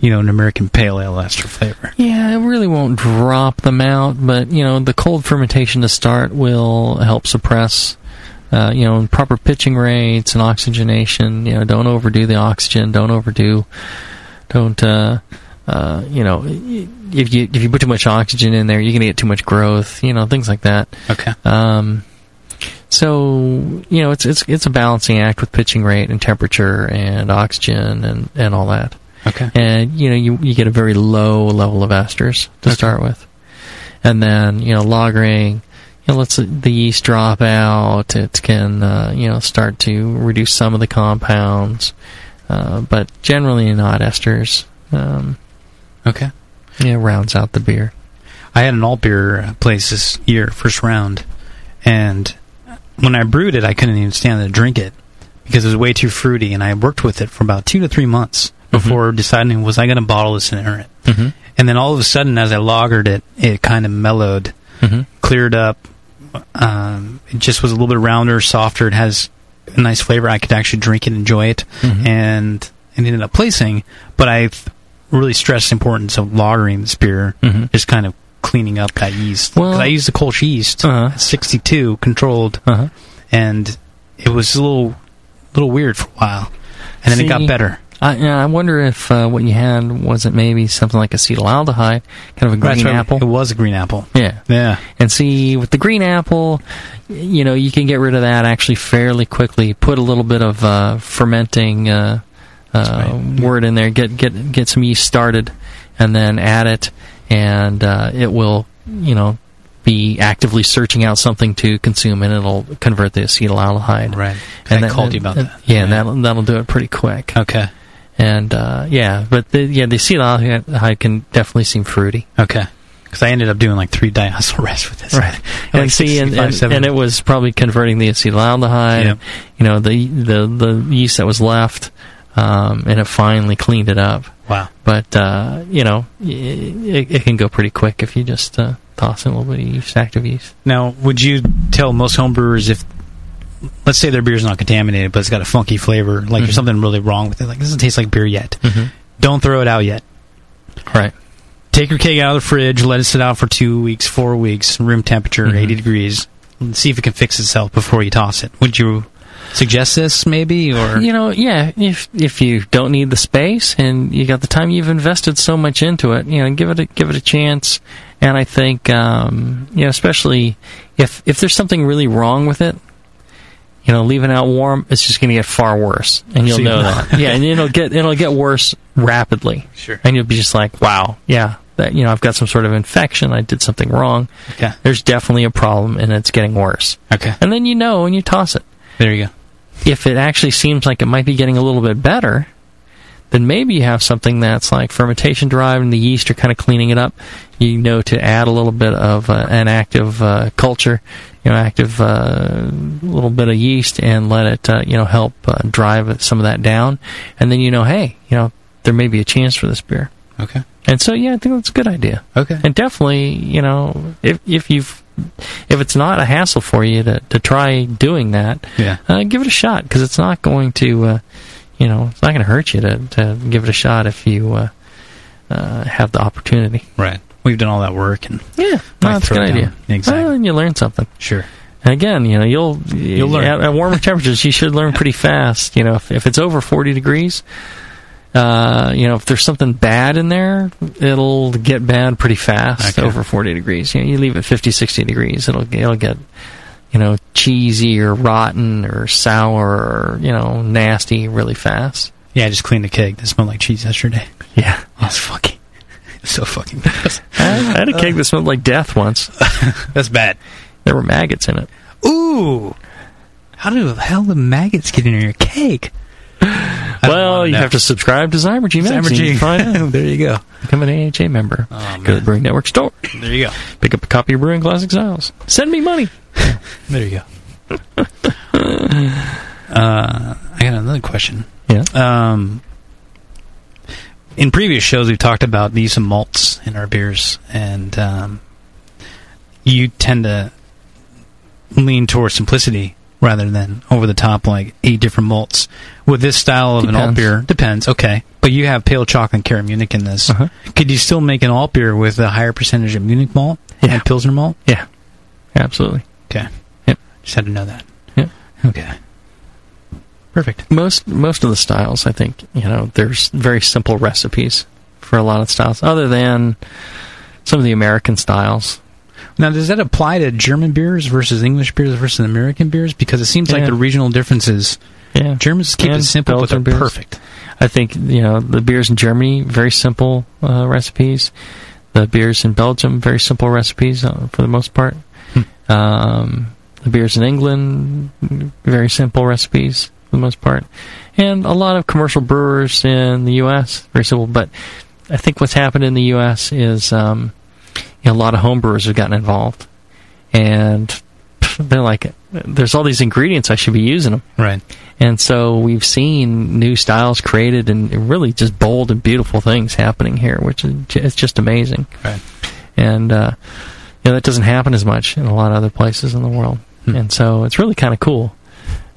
S2: you know, an American pale ale ester flavor.
S3: Yeah, it really won't drop them out, but you know the cold fermentation to start will help suppress. Uh, you know, proper pitching rates and oxygenation. You know, don't overdo the oxygen. Don't overdo. Don't. Uh, uh, you know, if you if you put too much oxygen in there, you're gonna get too much growth. You know, things like that.
S2: Okay.
S3: Um, so you know, it's it's it's a balancing act with pitching rate and temperature and oxygen and and all that.
S2: Okay.
S3: And you know, you you get a very low level of esters to start with, and then you know, lagering. You know, lets the yeast drop out. It can uh, you know start to reduce some of the compounds, uh, but generally not esters. Um,
S2: Okay.
S3: yeah, rounds out the beer.
S2: I had an alt beer uh, place this year, first round, and when I brewed it, I couldn't even stand to drink it because it was way too fruity. And I worked with it for about two to three months before deciding was I going to bottle this and air it.
S3: Mhm.
S2: And then all of a sudden, as I lagered it, it kind of mellowed,
S3: Mhm.
S2: cleared up. Um, it just was a little bit rounder, softer. It has a nice flavor. I could actually drink it, enjoy it, and it ended up placing. But I th- really stressed the importance of lagering this beer,
S3: Mhm.
S2: just kind of cleaning up that yeast.
S3: Well-
S2: 'Cause I used the Kolsch yeast,
S3: Uh-huh.
S2: 62 controlled,
S3: Uh huh.
S2: and it was a little, little weird for a while, and then it got
S3: See,
S2: better.
S3: I, you know, I wonder if uh, what you had wasn't maybe something like acetylaldehyde, kind of a
S2: That's
S3: green
S2: right,
S3: apple.
S2: It was a green apple.
S3: yeah.
S2: Yeah.
S3: And see, with the green apple, y- you know, you can get rid of that actually fairly quickly. Put a little bit of uh, fermenting uh, uh,
S2: Mm-hmm.
S3: wort in there. Get get get some yeast started, and then add it, and uh, it will, you know, be actively searching out something to consume, and it'll convert the acetylaldehyde.
S2: Right.
S3: And
S2: And I
S3: that-
S2: called you about
S3: and-
S2: that.
S3: Yeah, and that'll that'll do it pretty quick.
S2: Okay.
S3: And uh, yeah, but the, yeah, the acetaldehyde can definitely seem fruity.
S2: Okay. Because I ended up doing like three diacetyl rest with this.
S3: And
S2: Like
S3: see, and,
S2: 65,
S3: and,
S2: 70.
S3: and it was probably converting the acetaldehyde.
S2: Yeah.
S3: You know, the the the yeast that was left, um, and it finally cleaned it up.
S2: Wow.
S3: But uh, you know, i- it, it can go pretty quick if you just uh, toss in a little bit of yeast, active yeast.
S2: Now, would you tell most homebrewers if, let's say their beer's not contaminated, but it's got a funky flavor, like
S3: Mhm.
S2: there's something really wrong with it, like it doesn't taste like beer yet.
S3: Mhm.
S2: Don't throw it out yet.
S3: Right.
S2: Take your keg out of the fridge, let it sit out for two weeks, four weeks, room temperature,
S3: Mhm.
S2: 80 degrees, and see if it can fix itself before you toss it. Would you suggest this, maybe, or
S3: You know, yeah. If if you don't need the space and you got the time, you've invested so much into it. You know, give it a, give it a chance. And I think um, you know, especially if if there's something really wrong with it, you know, leaving out warm, it's just going to get far worse, and you'll
S2: So you
S3: know
S2: know. (laughs)
S3: that. yeah, and it'll get it'll get worse rapidly.
S2: Sure.
S3: And you'll be just like, wow, yeah, that you know, I've got some sort of infection. I did something wrong.
S2: Okay.
S3: There's definitely a problem, and it's getting worse.
S2: Okay.
S3: And then you know, and you toss it
S2: There you go.
S3: if it actually seems like it might be getting a little bit better, then maybe you have something that's like fermentation derived and the yeast are kind of cleaning it up. You know to add a little bit of uh, an active uh, culture, you know, active uh, little bit of yeast and let it, uh, you know, help uh, drive it- some of that down. And then you know, hey, you know, there may be a chance for this beer.
S2: Okay.
S3: And so, yeah, I think that's a good idea.
S2: Okay.
S3: And definitely, you know, if if you've if it's not a hassle for you to, to try doing that,
S2: Yeah.
S3: uh, give it a shot because it's not going to, uh, you know, it's not going to hurt you to, to give it a shot if you uh, uh, have the opportunity.
S2: Right. We've done all that work and
S3: Yeah, no,
S2: Like
S3: that's a
S2: throw it
S3: good
S2: down.
S3: idea.
S2: Exactly.
S3: Well, and you learn something.
S2: sure.
S3: And again, you know, you'll you'll
S2: learn.
S3: at, at warmer temperatures. You should learn pretty fast. You know, if, if it's over forty degrees, uh, you know, if there's something bad in there, it'll get bad pretty fast.
S2: Okay.
S3: Over forty degrees, you know, you leave it 50, 60 degrees, it'll it'll get you know cheesy or rotten or sour or you know nasty really fast.
S2: Yeah, I just cleaned a keg that smelled like cheese yesterday.
S3: Yeah,
S2: Oh, That's fucking. So fucking. bad.
S3: I, I had a cake that smelled like death once.
S2: (laughs) That's bad.
S3: There were maggots in it.
S2: Ooh. How do the hell the maggots get in your cake?
S3: Well, you have to subscribe to Zymergy magazine. to find (laughs)
S2: (laughs)
S3: out.
S2: there you go.
S3: Become an AHA member. Go to the Brewing Network store.
S2: There you go.
S3: Pick up a copy of Brewing Classic Styles. Send me money.
S2: There you go. uh, I got another question.
S3: Yeah.
S2: Um, in previous shows, we've talked about the use of malts in our beers, and um, you tend to lean towards simplicity rather than over the top like eight different malts. With this style of an alt
S3: Depends.
S2: beer, depends. Okay, but you have pale chocolate and Kara Munich in this.
S3: Uh-huh.
S2: Could you still make an alt beer with a higher percentage of Munich malt
S3: Yeah.
S2: and Pilsner malt?
S3: Yeah, absolutely.
S2: Okay.
S3: Yep.
S2: Just had to know that.
S3: Yep.
S2: Okay. Perfect.
S3: most most of the styles i think you know there's very simple recipes for a lot of styles other than some of the american styles
S2: Now, does that apply to German beers versus English beers versus American beers? Because it seems like
S3: Yeah.
S2: the regional differences.
S3: yeah
S2: Germans keep it
S3: And
S2: simple, but
S3: Belgian
S2: they're
S3: beers.
S2: perfect.
S3: i think you know the beers in germany very simple uh, recipes the beers in belgium very simple recipes uh, for the most part um, the beers in england very simple recipes for the most part and a lot of commercial brewers in the us very simple but i think what's happened in the us is um, you know, a lot of homebrewers have gotten involved, and pff, they're like, "There's all these ingredients I should be using them."
S2: Right.
S3: And so we've seen new styles created, and really just bold and beautiful things happening here, which is ju- it's just amazing.
S2: Right.
S3: And uh, you know, that doesn't happen as much in a lot of other places in the world,
S2: Hmm.
S3: and so it's really kind of cool.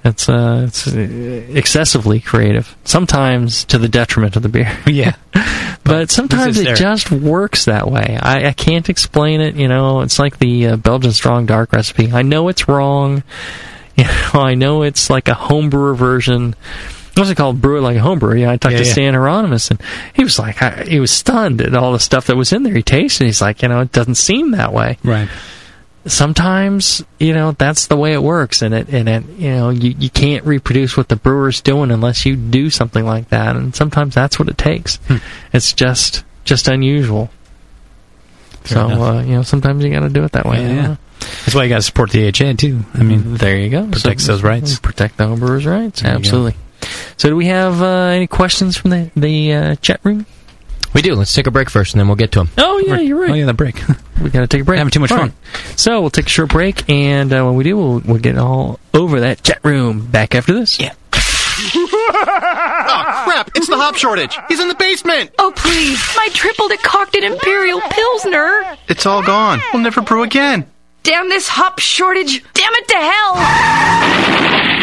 S3: It's uh, it's uh, excessively creative, sometimes to the detriment of the beer
S2: (laughs) Yeah.
S3: (laughs) but
S2: this
S3: sometimes
S2: is
S3: it
S2: there.
S3: just works that way. I, I can't explain it. You know, it's like the uh, Belgian strong dark recipe. I know it's wrong. (laughs) You know, I know it's like a homebrewer version. What's it called? Brew it like a homebrewer. Yeah, I talked
S2: Yeah,
S3: to
S2: yeah.
S3: Stan Hieronymus, and he was like, I, he was stunned at all the stuff that was in there. He tasted. it. He's like, you know, it doesn't seem that way
S2: Right.
S3: sometimes you know that's the way it works and it and it you know you, you can't reproduce what the brewer's doing unless you do something like that and sometimes that's what it takes
S2: Hmm.
S3: it's just just unusual so
S2: enough.
S3: uh, you know sometimes you got to do it that way
S2: Yeah,
S3: you
S2: yeah.
S3: know?
S2: That's why you got to support the AHA too. I mean,
S3: there you go
S2: Protects those rights.
S3: protect the brewer's rights
S2: There you go.
S3: absolutely so do we have uh, any questions from the the uh, chat room
S1: We do. Let's take a break first, and then we'll get to them.
S3: oh yeah you're right
S2: oh yeah, the break. (laughs)
S3: we got to take a break.
S2: Having too much
S3: All
S2: fun.
S3: right. So we'll take a short break, and uh, when we do, we'll, we'll get all over that chat room. Back after this. Yeah.
S4: Oh, crap. It's the hop shortage. He's in the basement.
S5: Oh, please. My triple decocted Imperial Pilsner.
S4: It's all gone. We'll never brew again.
S5: Damn this hop shortage. Damn it to hell.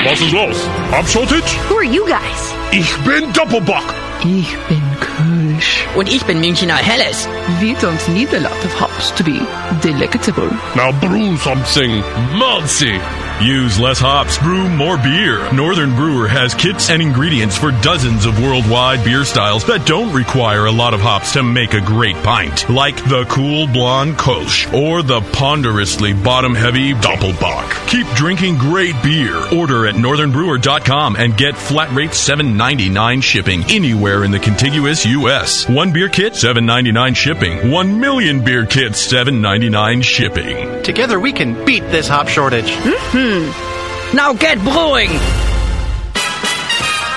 S10: Was ist los? Abschottage?
S5: Who are you guys?
S10: Ich bin Doppelbock.
S11: Ich bin Kölsch.
S9: Und ich bin Münchener Helles.
S11: We don't need a lot of hops to be delectable.
S10: Now brew something malty.
S7: Use less hops, brew more beer. Northern Brewer has kits and ingredients for dozens of worldwide beer styles that don't require a lot of hops to make a great pint, like the cool blonde Kolsch or the ponderously bottom heavy Doppelbock. Keep drinking great beer. Order at northernbrewer.com and get flat rate $7.99 shipping anywhere in the contiguous U.S. One beer kit, $7.99 shipping. One million beer kits, $7.99 shipping.
S4: Together we can beat this hop shortage.
S9: Now get brewing.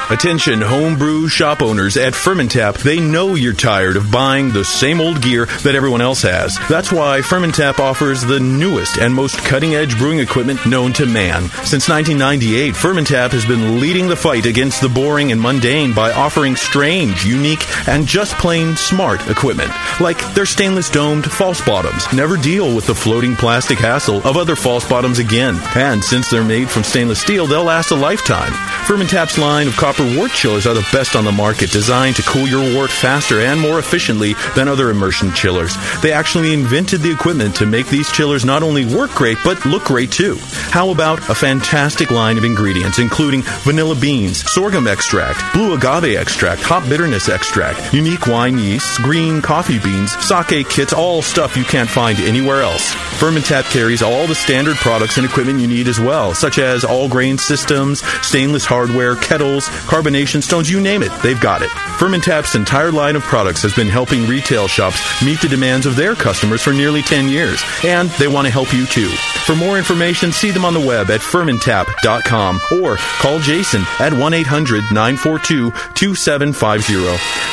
S7: Attention homebrew shop owners at Fermentap, they know you're tired of buying the same old gear that everyone else has. That's why Fermentap offers the newest and most cutting-edge brewing equipment known to man. Since 1998, Fermentap has been leading the fight against the boring and mundane by offering strange, unique, and just plain smart equipment. Like their stainless domed false bottoms never deal with the floating plastic hassle of other false bottoms again. And since they're made from stainless steel, they'll last a lifetime. Fermentap's line of copper wort chillers are the best on the market, designed to cool your wort faster and more efficiently than other immersion chillers. They actually invented the equipment to make these chillers not only work great, but look great too. How about a fantastic line of ingredients, including vanilla beans, sorghum extract, blue agave extract, hop bitterness extract, unique wine yeasts, green coffee beans, sake kits, all stuff you can't find anywhere else. Fermentap carries all the standard products and equipment you need as well, such as all grain systems, stainless hardware, kettles, carbonation stones, you name it, they've got it. Fermentap's entire line of products has been helping retail shops meet the demands of their customers for nearly 10 years, and they want to help you too. For more information, see them on the web at fermentap.com or call Jason at 1 800 942 2750.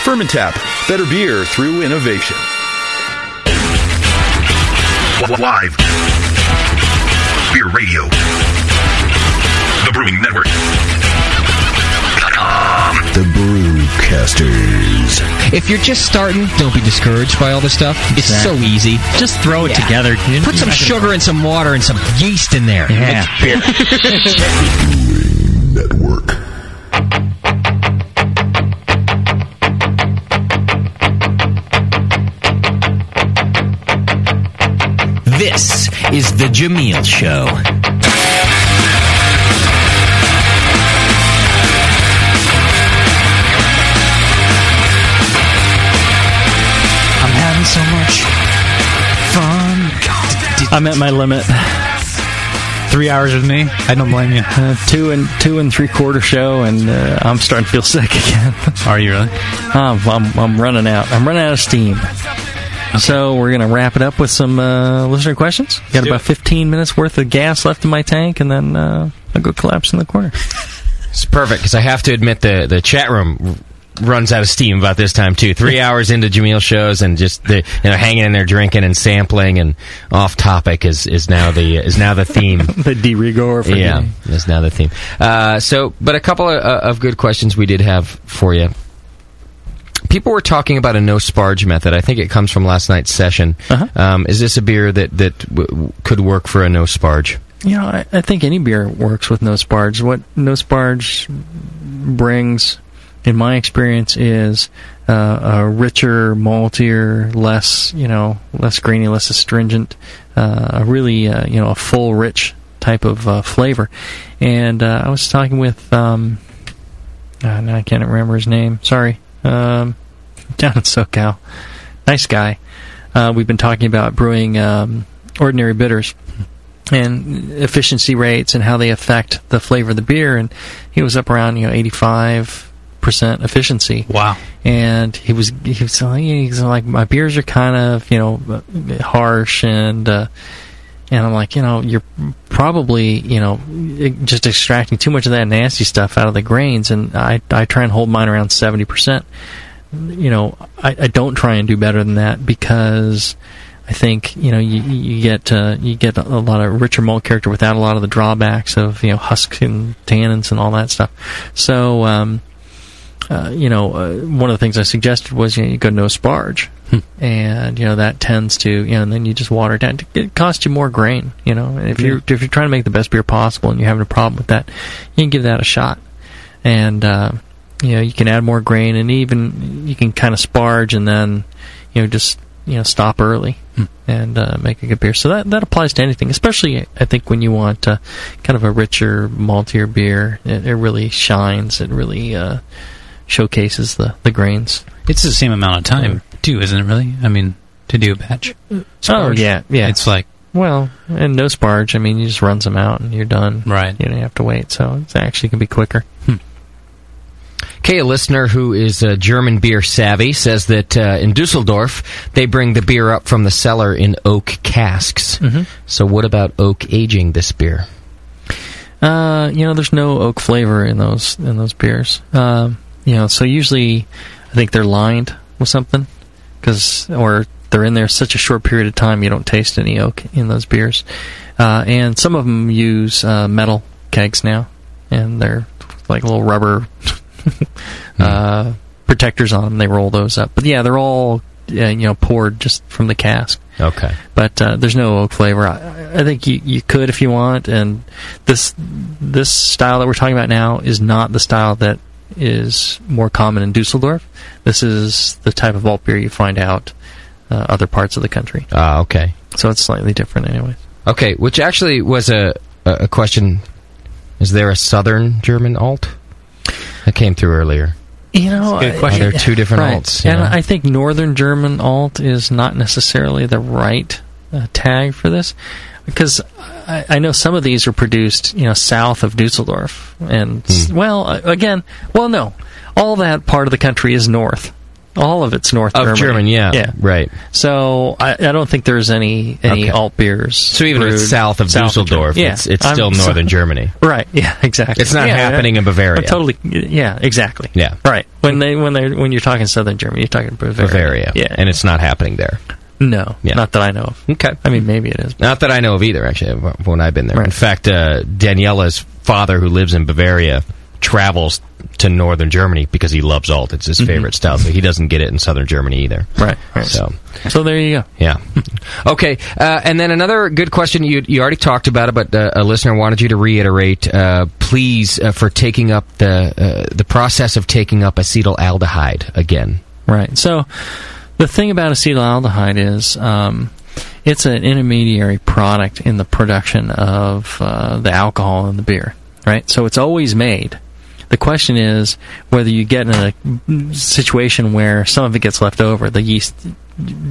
S7: Fermentap, better beer through innovation.
S10: Live. Beer Radio. The Brewing Network.
S12: the Brewcasters.
S1: If you're just starting, don't be discouraged by all this stuff. It's so easy. Just throw it together. Put some sugar and some water and some yeast in there.
S13: Yeah.
S1: This is the Jameel Show.
S3: I'm having so much fun. I'm at my limit.
S2: Three hours with me. I don't blame you.
S3: Uh, two and two and three quarter show, and uh, I'm starting to feel sick again.
S2: Are you really?
S3: I'm, I'm, I'm running out. I'm running out of steam. So we're gonna wrap it up with some uh, listener questions. Got about 15 minutes worth of gas left in my tank, and then uh, I'll go collapse in the corner.
S1: It's perfect because I have to admit the the chat room r- runs out of steam about this time too.
S3: (laughs)
S1: Three hours into Jameel shows and just the, you know hanging in there drinking and sampling and off topic is, is now the is now the theme.
S3: (laughs) the de rigor. (laughs) For
S1: yeah,
S3: me.
S1: is now the theme. Uh, so, but a couple of, uh, of good questions we did have for you. People were talking about a no sparge method. I think it comes from last night's session.
S3: Uh-huh.
S1: Um, is this a beer that that w- w- could work for a no sparge?
S3: You know, I, I think any beer works with no sparge. What no sparge brings, in my experience, is uh, a richer, maltier, less you know, less grainy, less astringent, uh, a really uh, you know, a full, rich type of uh, flavor. And uh, I was talking with, um, uh, now I can't remember his name. Sorry, um, (laughs) down in SoCal, nice guy. Uh, we've been talking about brewing um, ordinary bitters and efficiency rates and how they affect the flavor of the beer. And he was up around you know eighty five percent efficiency.
S2: Wow.
S3: And he was he was like, he was like my beers are kind of you know harsh and. Uh, and I'm like, you know, you're probably, you know, just extracting too much of that nasty stuff out of the grains. And I, I try and hold mine around 70%. You know, I, I don't try and do better than that because I think, you know, you, you get, uh, you get a lot of richer malt character without a lot of the drawbacks of, you know, husks and tannins and all that stuff. So, um, uh, you know, uh, one of the things I suggested was you, know, you go no sparge, and you know that tends to you know, and then you just water it down. It costs you more grain, you know. And if you're if you're trying to make the best beer possible and you're having a problem with that, you can give that a shot, and uh, you know you can add more grain, and even you can kind of sparge, and then you know just you know stop early and uh, make a good beer. So that that applies to anything, especially I think when you want uh, kind of a richer, maltier beer. It, it really shines. It really uh, showcases the the grains.
S2: It's the same amount of time too, isn't it? Really? I mean, to do a batch.
S3: Oh
S2: Sparge.
S3: yeah, yeah.
S2: It's like
S3: well, and no sparge. I mean, you just runs them out and you're done. Right. You don't have to wait. So it's actually can be quicker.
S1: Okay, a listener who is uh, German beer savvy says that uh, in Dusseldorf they bring the beer up from the cellar in oak casks.
S3: Mm-hmm.
S1: So, what about oak aging this beer?
S3: Uh, you know, there's no oak flavor in those in those beers. Um, you know, so usually I think they're lined with something, because or they're in there such a short period of time you don't taste any oak in those beers, uh, and some of them use uh, metal kegs now, and they're like little rubber
S1: Hmm.
S3: uh, protectors on them. They roll those up, but yeah, they're all uh, you know poured just from the cask.
S1: Okay.
S3: But uh, there's no oak flavor. I, I think you, you could if you want, and this this style that we're talking about now is not the style that is more common in Dusseldorf. This is the type of alt beer you find out uh, other parts of the country.
S1: Ah, okay.
S3: So it's slightly different, anyway.
S1: Okay, which actually was a a, a question. Is there a Southern German alt that came through earlier?
S3: You know,
S1: That's a good question. Are there two different
S3: right.
S1: alts, you
S3: and
S1: know?
S3: I think Northern German alt is not necessarily the right uh, tag for this, because I, I know some of these are produced, you know, south of Dusseldorf, and
S1: Hmm.
S3: s well, uh, again, well, no, all that part of the country is north. All of it's North
S1: Of
S3: Germany.
S1: German, yeah,
S3: yeah,
S1: right.
S3: So I, I don't think there's any any
S1: Okay.
S3: alt beers. So
S1: even if it's south of Dusseldorf,
S3: yeah,
S1: it's- it's
S3: I'm-
S1: still northern Germany.
S3: right? (laughs) Yeah, exactly.
S1: It's not
S3: Yeah,
S1: happening
S3: yeah.
S1: in Bavaria.
S3: I'm totally. Yeah, exactly.
S1: Yeah.
S3: Right. When they when they when you're talking southern Germany, you're talking Bavaria.
S1: Bavaria.
S3: Yeah.
S1: And it's not happening there.
S3: No, not that I know of.
S1: Okay.
S3: I mean, maybe it is.
S1: Not that I know of either, actually, when I've been there. In fact, uh, Daniela's father, who lives in Bavaria, travels to northern Germany because he loves alt. It's his favorite stuff. He doesn't get it in southern Germany either.
S3: Right.
S1: So.
S3: So there you go.
S1: Yeah. (laughs) okay. Uh, and then another good question you you already talked about it, but uh, a listener wanted you to reiterate. Uh, please uh, for taking up the uh, the process of taking up acetaldehyde again.
S3: Right. So the thing about acetaldehyde is um, it's an intermediary product in the production of uh, the alcohol in the beer, right? So it's always made. The question is whether you get in a situation where some of it gets left over. The yeast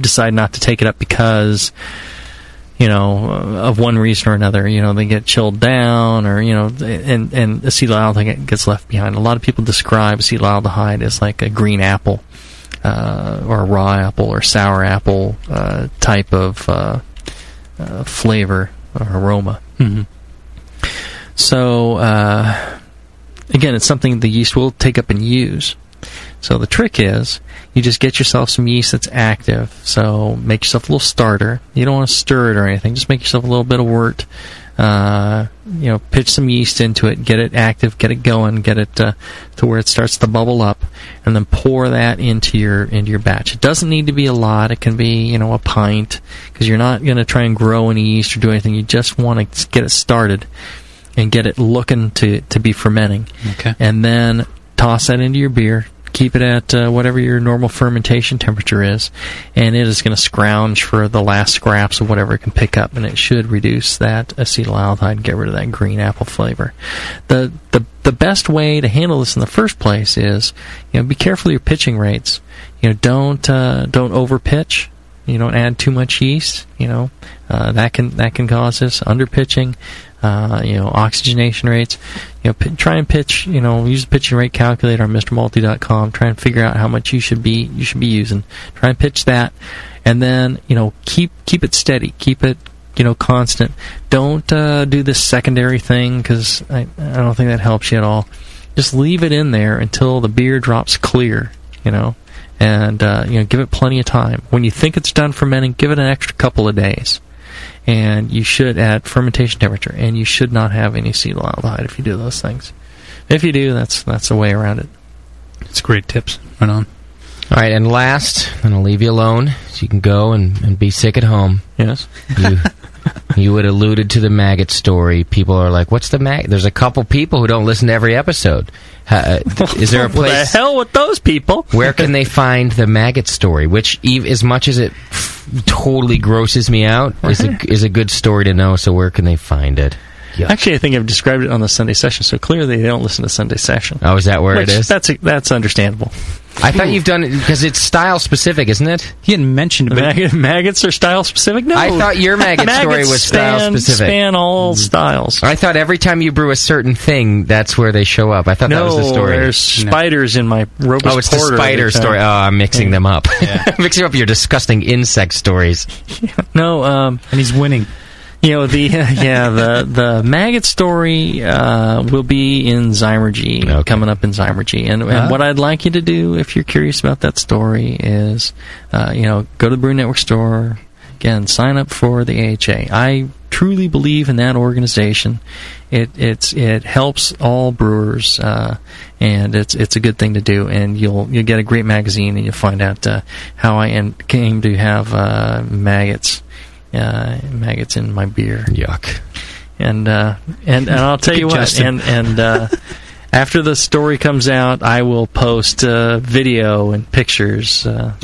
S3: decide not to take it up because you know, uh, of one reason or another. You know, they get chilled down, or you know, and and acetaldehyde gets left behind. A lot of people describe acetaldehyde as like a green apple, uh, or a raw apple, or sour apple uh, type of uh, uh, flavor or aroma.
S2: Mhm.
S3: So uh, again, it's something the yeast will take up and use. So the trick is, you just get yourself some yeast that's active. So make yourself a little starter. You don't want to stir it or anything. Just make yourself a little bit of wort. Uh, you know, pitch some yeast into it, get it active, get it going, get it uh, to where it starts to bubble up, and then pour that into your into your batch. It doesn't need to be a lot. It can be you know a pint because you're not going to try and grow any yeast or do anything. You just want to get it started and get it looking to, to be fermenting.
S2: Okay.
S3: And then toss that into your beer. Keep it at uh, whatever your normal fermentation temperature is, and it is going to scrounge for the last scraps of whatever it can pick up, and it should reduce that acetaldehyde and get rid of that green apple flavor. The, the the best way to handle this in the first place is, you know, be careful of your pitching rates. You know, don't uh, don't over pitch. You don't add too much yeast. You know, uh, that can that can cause this underpitching. Uh, you know, oxygenation rates. You know, p- try and pitch. You know, use the pitching rate calculator on MrMulti.com. Try and figure out how much you should be you should be using. Try and pitch that, and then you know keep keep it steady. Keep it you know constant. Don't uh, do this secondary thing because I I don't think that helps you at all. Just leave it in there until the beer drops clear. You know, and uh, you know give it plenty of time. When you think it's done fermenting, give it an extra couple of days, and you should at fermentation temperature, and you should not have any acetaldehyde if you do those things. If you do, that's that's a way around it.
S2: It's great tips. Right on.
S1: All right, and last, I'm going to leave you alone so you can go and, and be sick at home.
S3: Yes.
S1: You, you had alluded to the maggot story. People are like, what's the maggot? There's a couple people who don't listen to every episode.
S3: (laughs)
S1: Ha- uh, is there a
S3: What the
S1: place?
S3: hell with those people?
S1: where can they find the maggot story? Which, ev- as much as it f- totally grosses me out, is a, is a good story to know, so where can they find it?
S3: Actually, I think I've described it on the Sunday session, so clearly they don't listen to Sunday session.
S1: Oh, is that where
S3: Which,
S1: it is?
S3: That's that's understandable.
S1: I thought you've done it because it's style specific, isn't it?
S2: He hadn't mentioned
S1: but-
S3: Maggot, maggots are style specific. No,
S1: I thought
S3: (laughs)
S1: your maggot story
S3: Maggots
S1: was Mm-hmm. style
S3: span-
S1: specific.
S3: Span all styles.
S1: I thought every time you brew a certain thing, that's where they show up. I thought that
S3: no,
S1: was the story.
S3: there's spiders in my robust
S1: Oh, it's the spider story. Oh, I'm mixing them up. (laughs) mixing up your disgusting insect stories.
S3: No, um,
S2: and he's winning.
S3: You know the (laughs) yeah the the maggot story uh, will be in Zymergy coming up in Zymergy, and, and
S1: Ah.
S2: Huh?
S3: what I'd like you to do if you're curious about that story is, uh, you know, go to the Brew Network store again, sign up for the AHA. I truly believe in that organization. It it's it helps all brewers, uh, and it's it's a good thing to do. And you'll you'll get a great magazine, and you'll find out uh, how I en- came to have uh, maggots uh, maggots in my beer.
S1: Yuck.
S3: And uh, and and I'll tell you (laughs)
S2: Good,
S3: what.
S2: Justin.
S3: And and (laughs) uh, after the story comes out, I will post uh, video and pictures uh,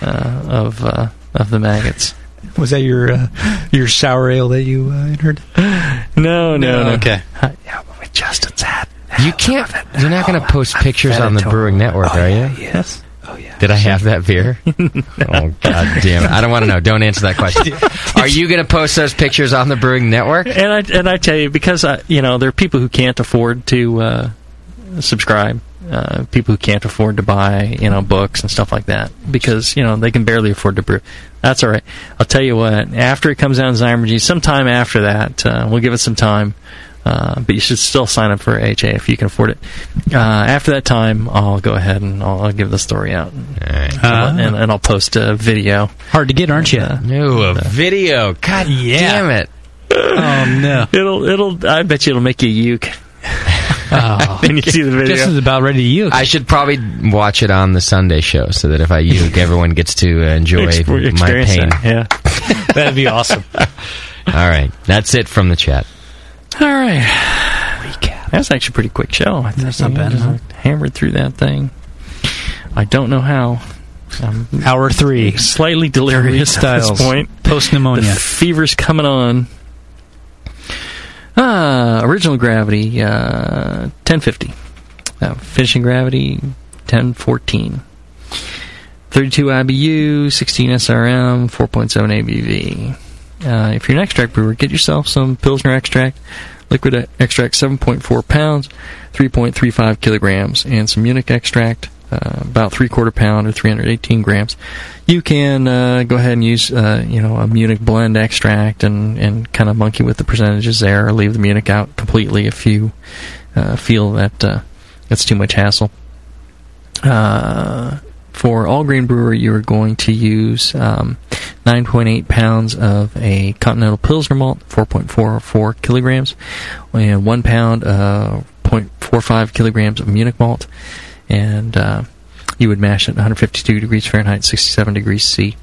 S3: uh, of uh, of the maggots.
S2: Was that your uh, your sour ale that you uh, entered?
S3: No, no, no.
S2: Okay.
S3: Hi- yeah, with Justin's hat.
S1: You can't. You're not
S2: Oh,
S1: going to post pictures
S3: fed
S1: on
S3: it
S1: the
S3: to
S1: Brewing Network, are you?
S3: Yes.
S1: Did I have that
S2: (laughs)
S1: beer? Oh god damn it! I don't want to know. Don't answer that question.
S2: (laughs)
S1: Are you going to post those pictures on the Brewing Network?
S3: And I and I tell you because I you know there are people who can't afford to uh, subscribe, uh, people who can't afford to buy you know books and stuff like that because you know they can barely afford to brew. That's all right. I'll tell you what. After it comes out in Zymergy, sometime after that, uh, we'll give it some time. Uh, but you should still sign up for HA if you can afford it. Uh, after that time, I'll go ahead and I'll, I'll give the story out,
S2: Ah.
S3: and, and I'll post a video. Uh,
S2: Hard to get, aren't you?
S1: No,
S2: Uh,
S1: a video. God damn it!
S2: oh no. (laughs)
S3: It'll it'll I bet you it'll make you uke.
S2: Oh.
S3: then you see the video.
S2: This is about ready to you.
S12: I should probably watch it on the Sunday show so that if I
S2: (laughs)
S12: uke, everyone gets to uh, enjoy
S3: Ex-
S12: my
S3: experience
S12: pain.
S3: that, yeah, that'd be awesome.
S12: All right, that's it from the chat.
S3: All right. That's actually a pretty quick show. I think
S2: That's not
S3: we
S2: bad,
S3: just,
S2: huh?
S3: like, Hammered through that thing. I don't know how. I'm
S2: Hour three.
S3: Slightly delirious at
S2: Styles.
S3: this point.
S2: Post pneumonia.
S3: The fever's coming on. Ah, original gravity, uh, 1050. Uh, finishing gravity, 1014. 32 IBU, 16 SRM, 4.7 ABV. Uh, if you're an extract brewer, get yourself some Pilsner extract, liquid e- extract 7.4 pounds, 3.35 kilograms, and some Munich extract, uh, about three quarter pound or 318 grams. You can uh, go ahead and use uh, you know a Munich blend extract and, and kind of monkey with the percentages there, or leave the Munich out completely if you uh, feel that uh, it's too much hassle. Uh, for all grain brewer, you are going to use um, 9.8 pounds of a continental pilsner malt, 4.44 kilograms, and one pound, uh, 0.45 kilograms of Munich malt, and uh, you would mash it at 152 degrees Fahrenheit, 67 degrees C.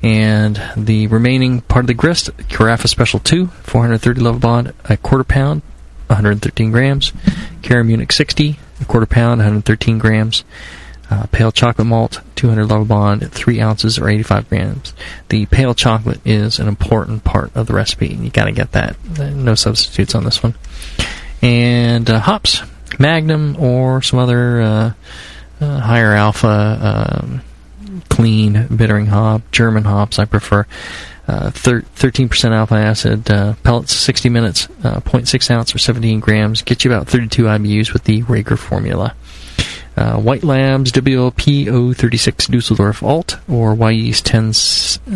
S3: And the remaining part of the grist, Carafa Special 2, 430 level bond, a quarter pound, 113 grams. Cara Munich 60, a quarter pound, 113 grams. Uh, pale chocolate malt, 200 level bond, 3 ounces or 85 grams. The pale chocolate is an important part of the recipe, and you gotta get that. Uh, No substitutes on this one. And uh, hops, Magnum or some other uh, uh, higher alpha um, clean bittering hop, German hops I prefer. Uh, thir- 13% alpha acid, uh, pellets 60 minutes, uh, 0.6 ounce or 17 grams, get you about 32 IBUs with the Rager formula. Uh, White Labs WLP036 Dusseldorf Alt or E YEast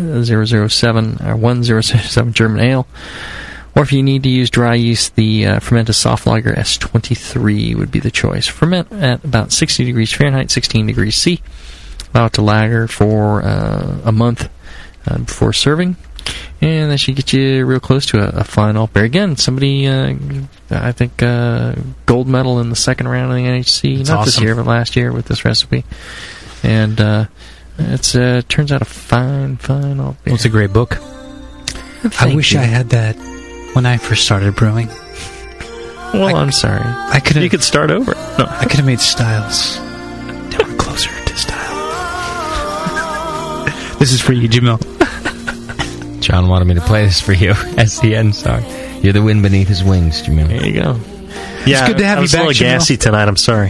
S3: 10007 or 1007 German Ale. Or if you need to use dry yeast, the uh, Fermenta Soft Lager S23 would be the choice. Ferment at about 60 degrees Fahrenheit, 16 degrees C. Allow it to lager for uh, a month uh, before serving. And that should get you real close to a, a fine alt beer. Again, somebody, uh, I think, uh, gold medal in the second round of the NHC.
S2: That's
S3: Not this
S2: awesome.
S3: year, but last year with this recipe. And uh, it's uh, turns out a fine, fine alt beer.
S2: Well, it's a great book. I
S3: (laughs) Thank
S2: wish
S3: you.
S2: I had that when I first started brewing.
S3: Well, I, am sorry.
S2: I could
S3: You could start over. No.
S2: I could have made styles. Now we're closer to style. this is for you, Jamil.
S12: John wanted me to play this for you (laughs) as the end song. You're the wind beneath his wings, Jamil.
S3: There you go.
S2: Yeah, good to have
S3: I
S2: you
S3: was
S2: back,
S3: a little
S2: Jamil.
S3: gassy tonight. I'm sorry.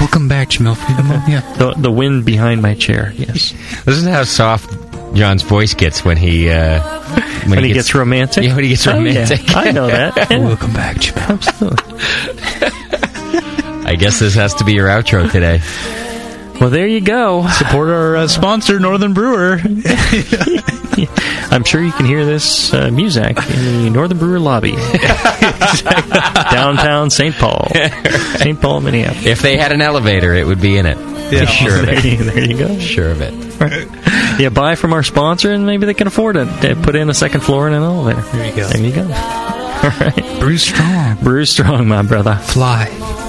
S2: Welcome back, Jamil. For the mo- yeah.
S3: The, the wind behind my chair. Yes.
S12: This is how soft John's voice gets when he uh, when,
S3: When he gets romantic.
S12: Yeah, when he gets
S3: Oh, yeah.
S12: romantic.
S3: I know (laughs) that. Yeah,
S2: Welcome back, Jamil.
S3: absolutely.
S12: I guess this has to be your outro today.
S3: Well, there you go.
S2: Support our uh, sponsor, Northern Brewer.
S3: I'm sure you can hear this uh, music in the Northern Brewer (laughs) lobby, downtown St. Paul, St. Paul, Minneapolis.
S12: If they had an elevator, it would be in it. Yeah, sure of
S3: there,
S12: it.
S3: (laughs) you, there you go.
S12: Sure of it.
S3: Yeah, buy from our sponsor, and maybe they can afford it. They put in a second floor and an elevator.
S2: There you go.
S3: There you go. All right,
S2: Brew strong.
S3: brew strong, my brother.
S2: Fly.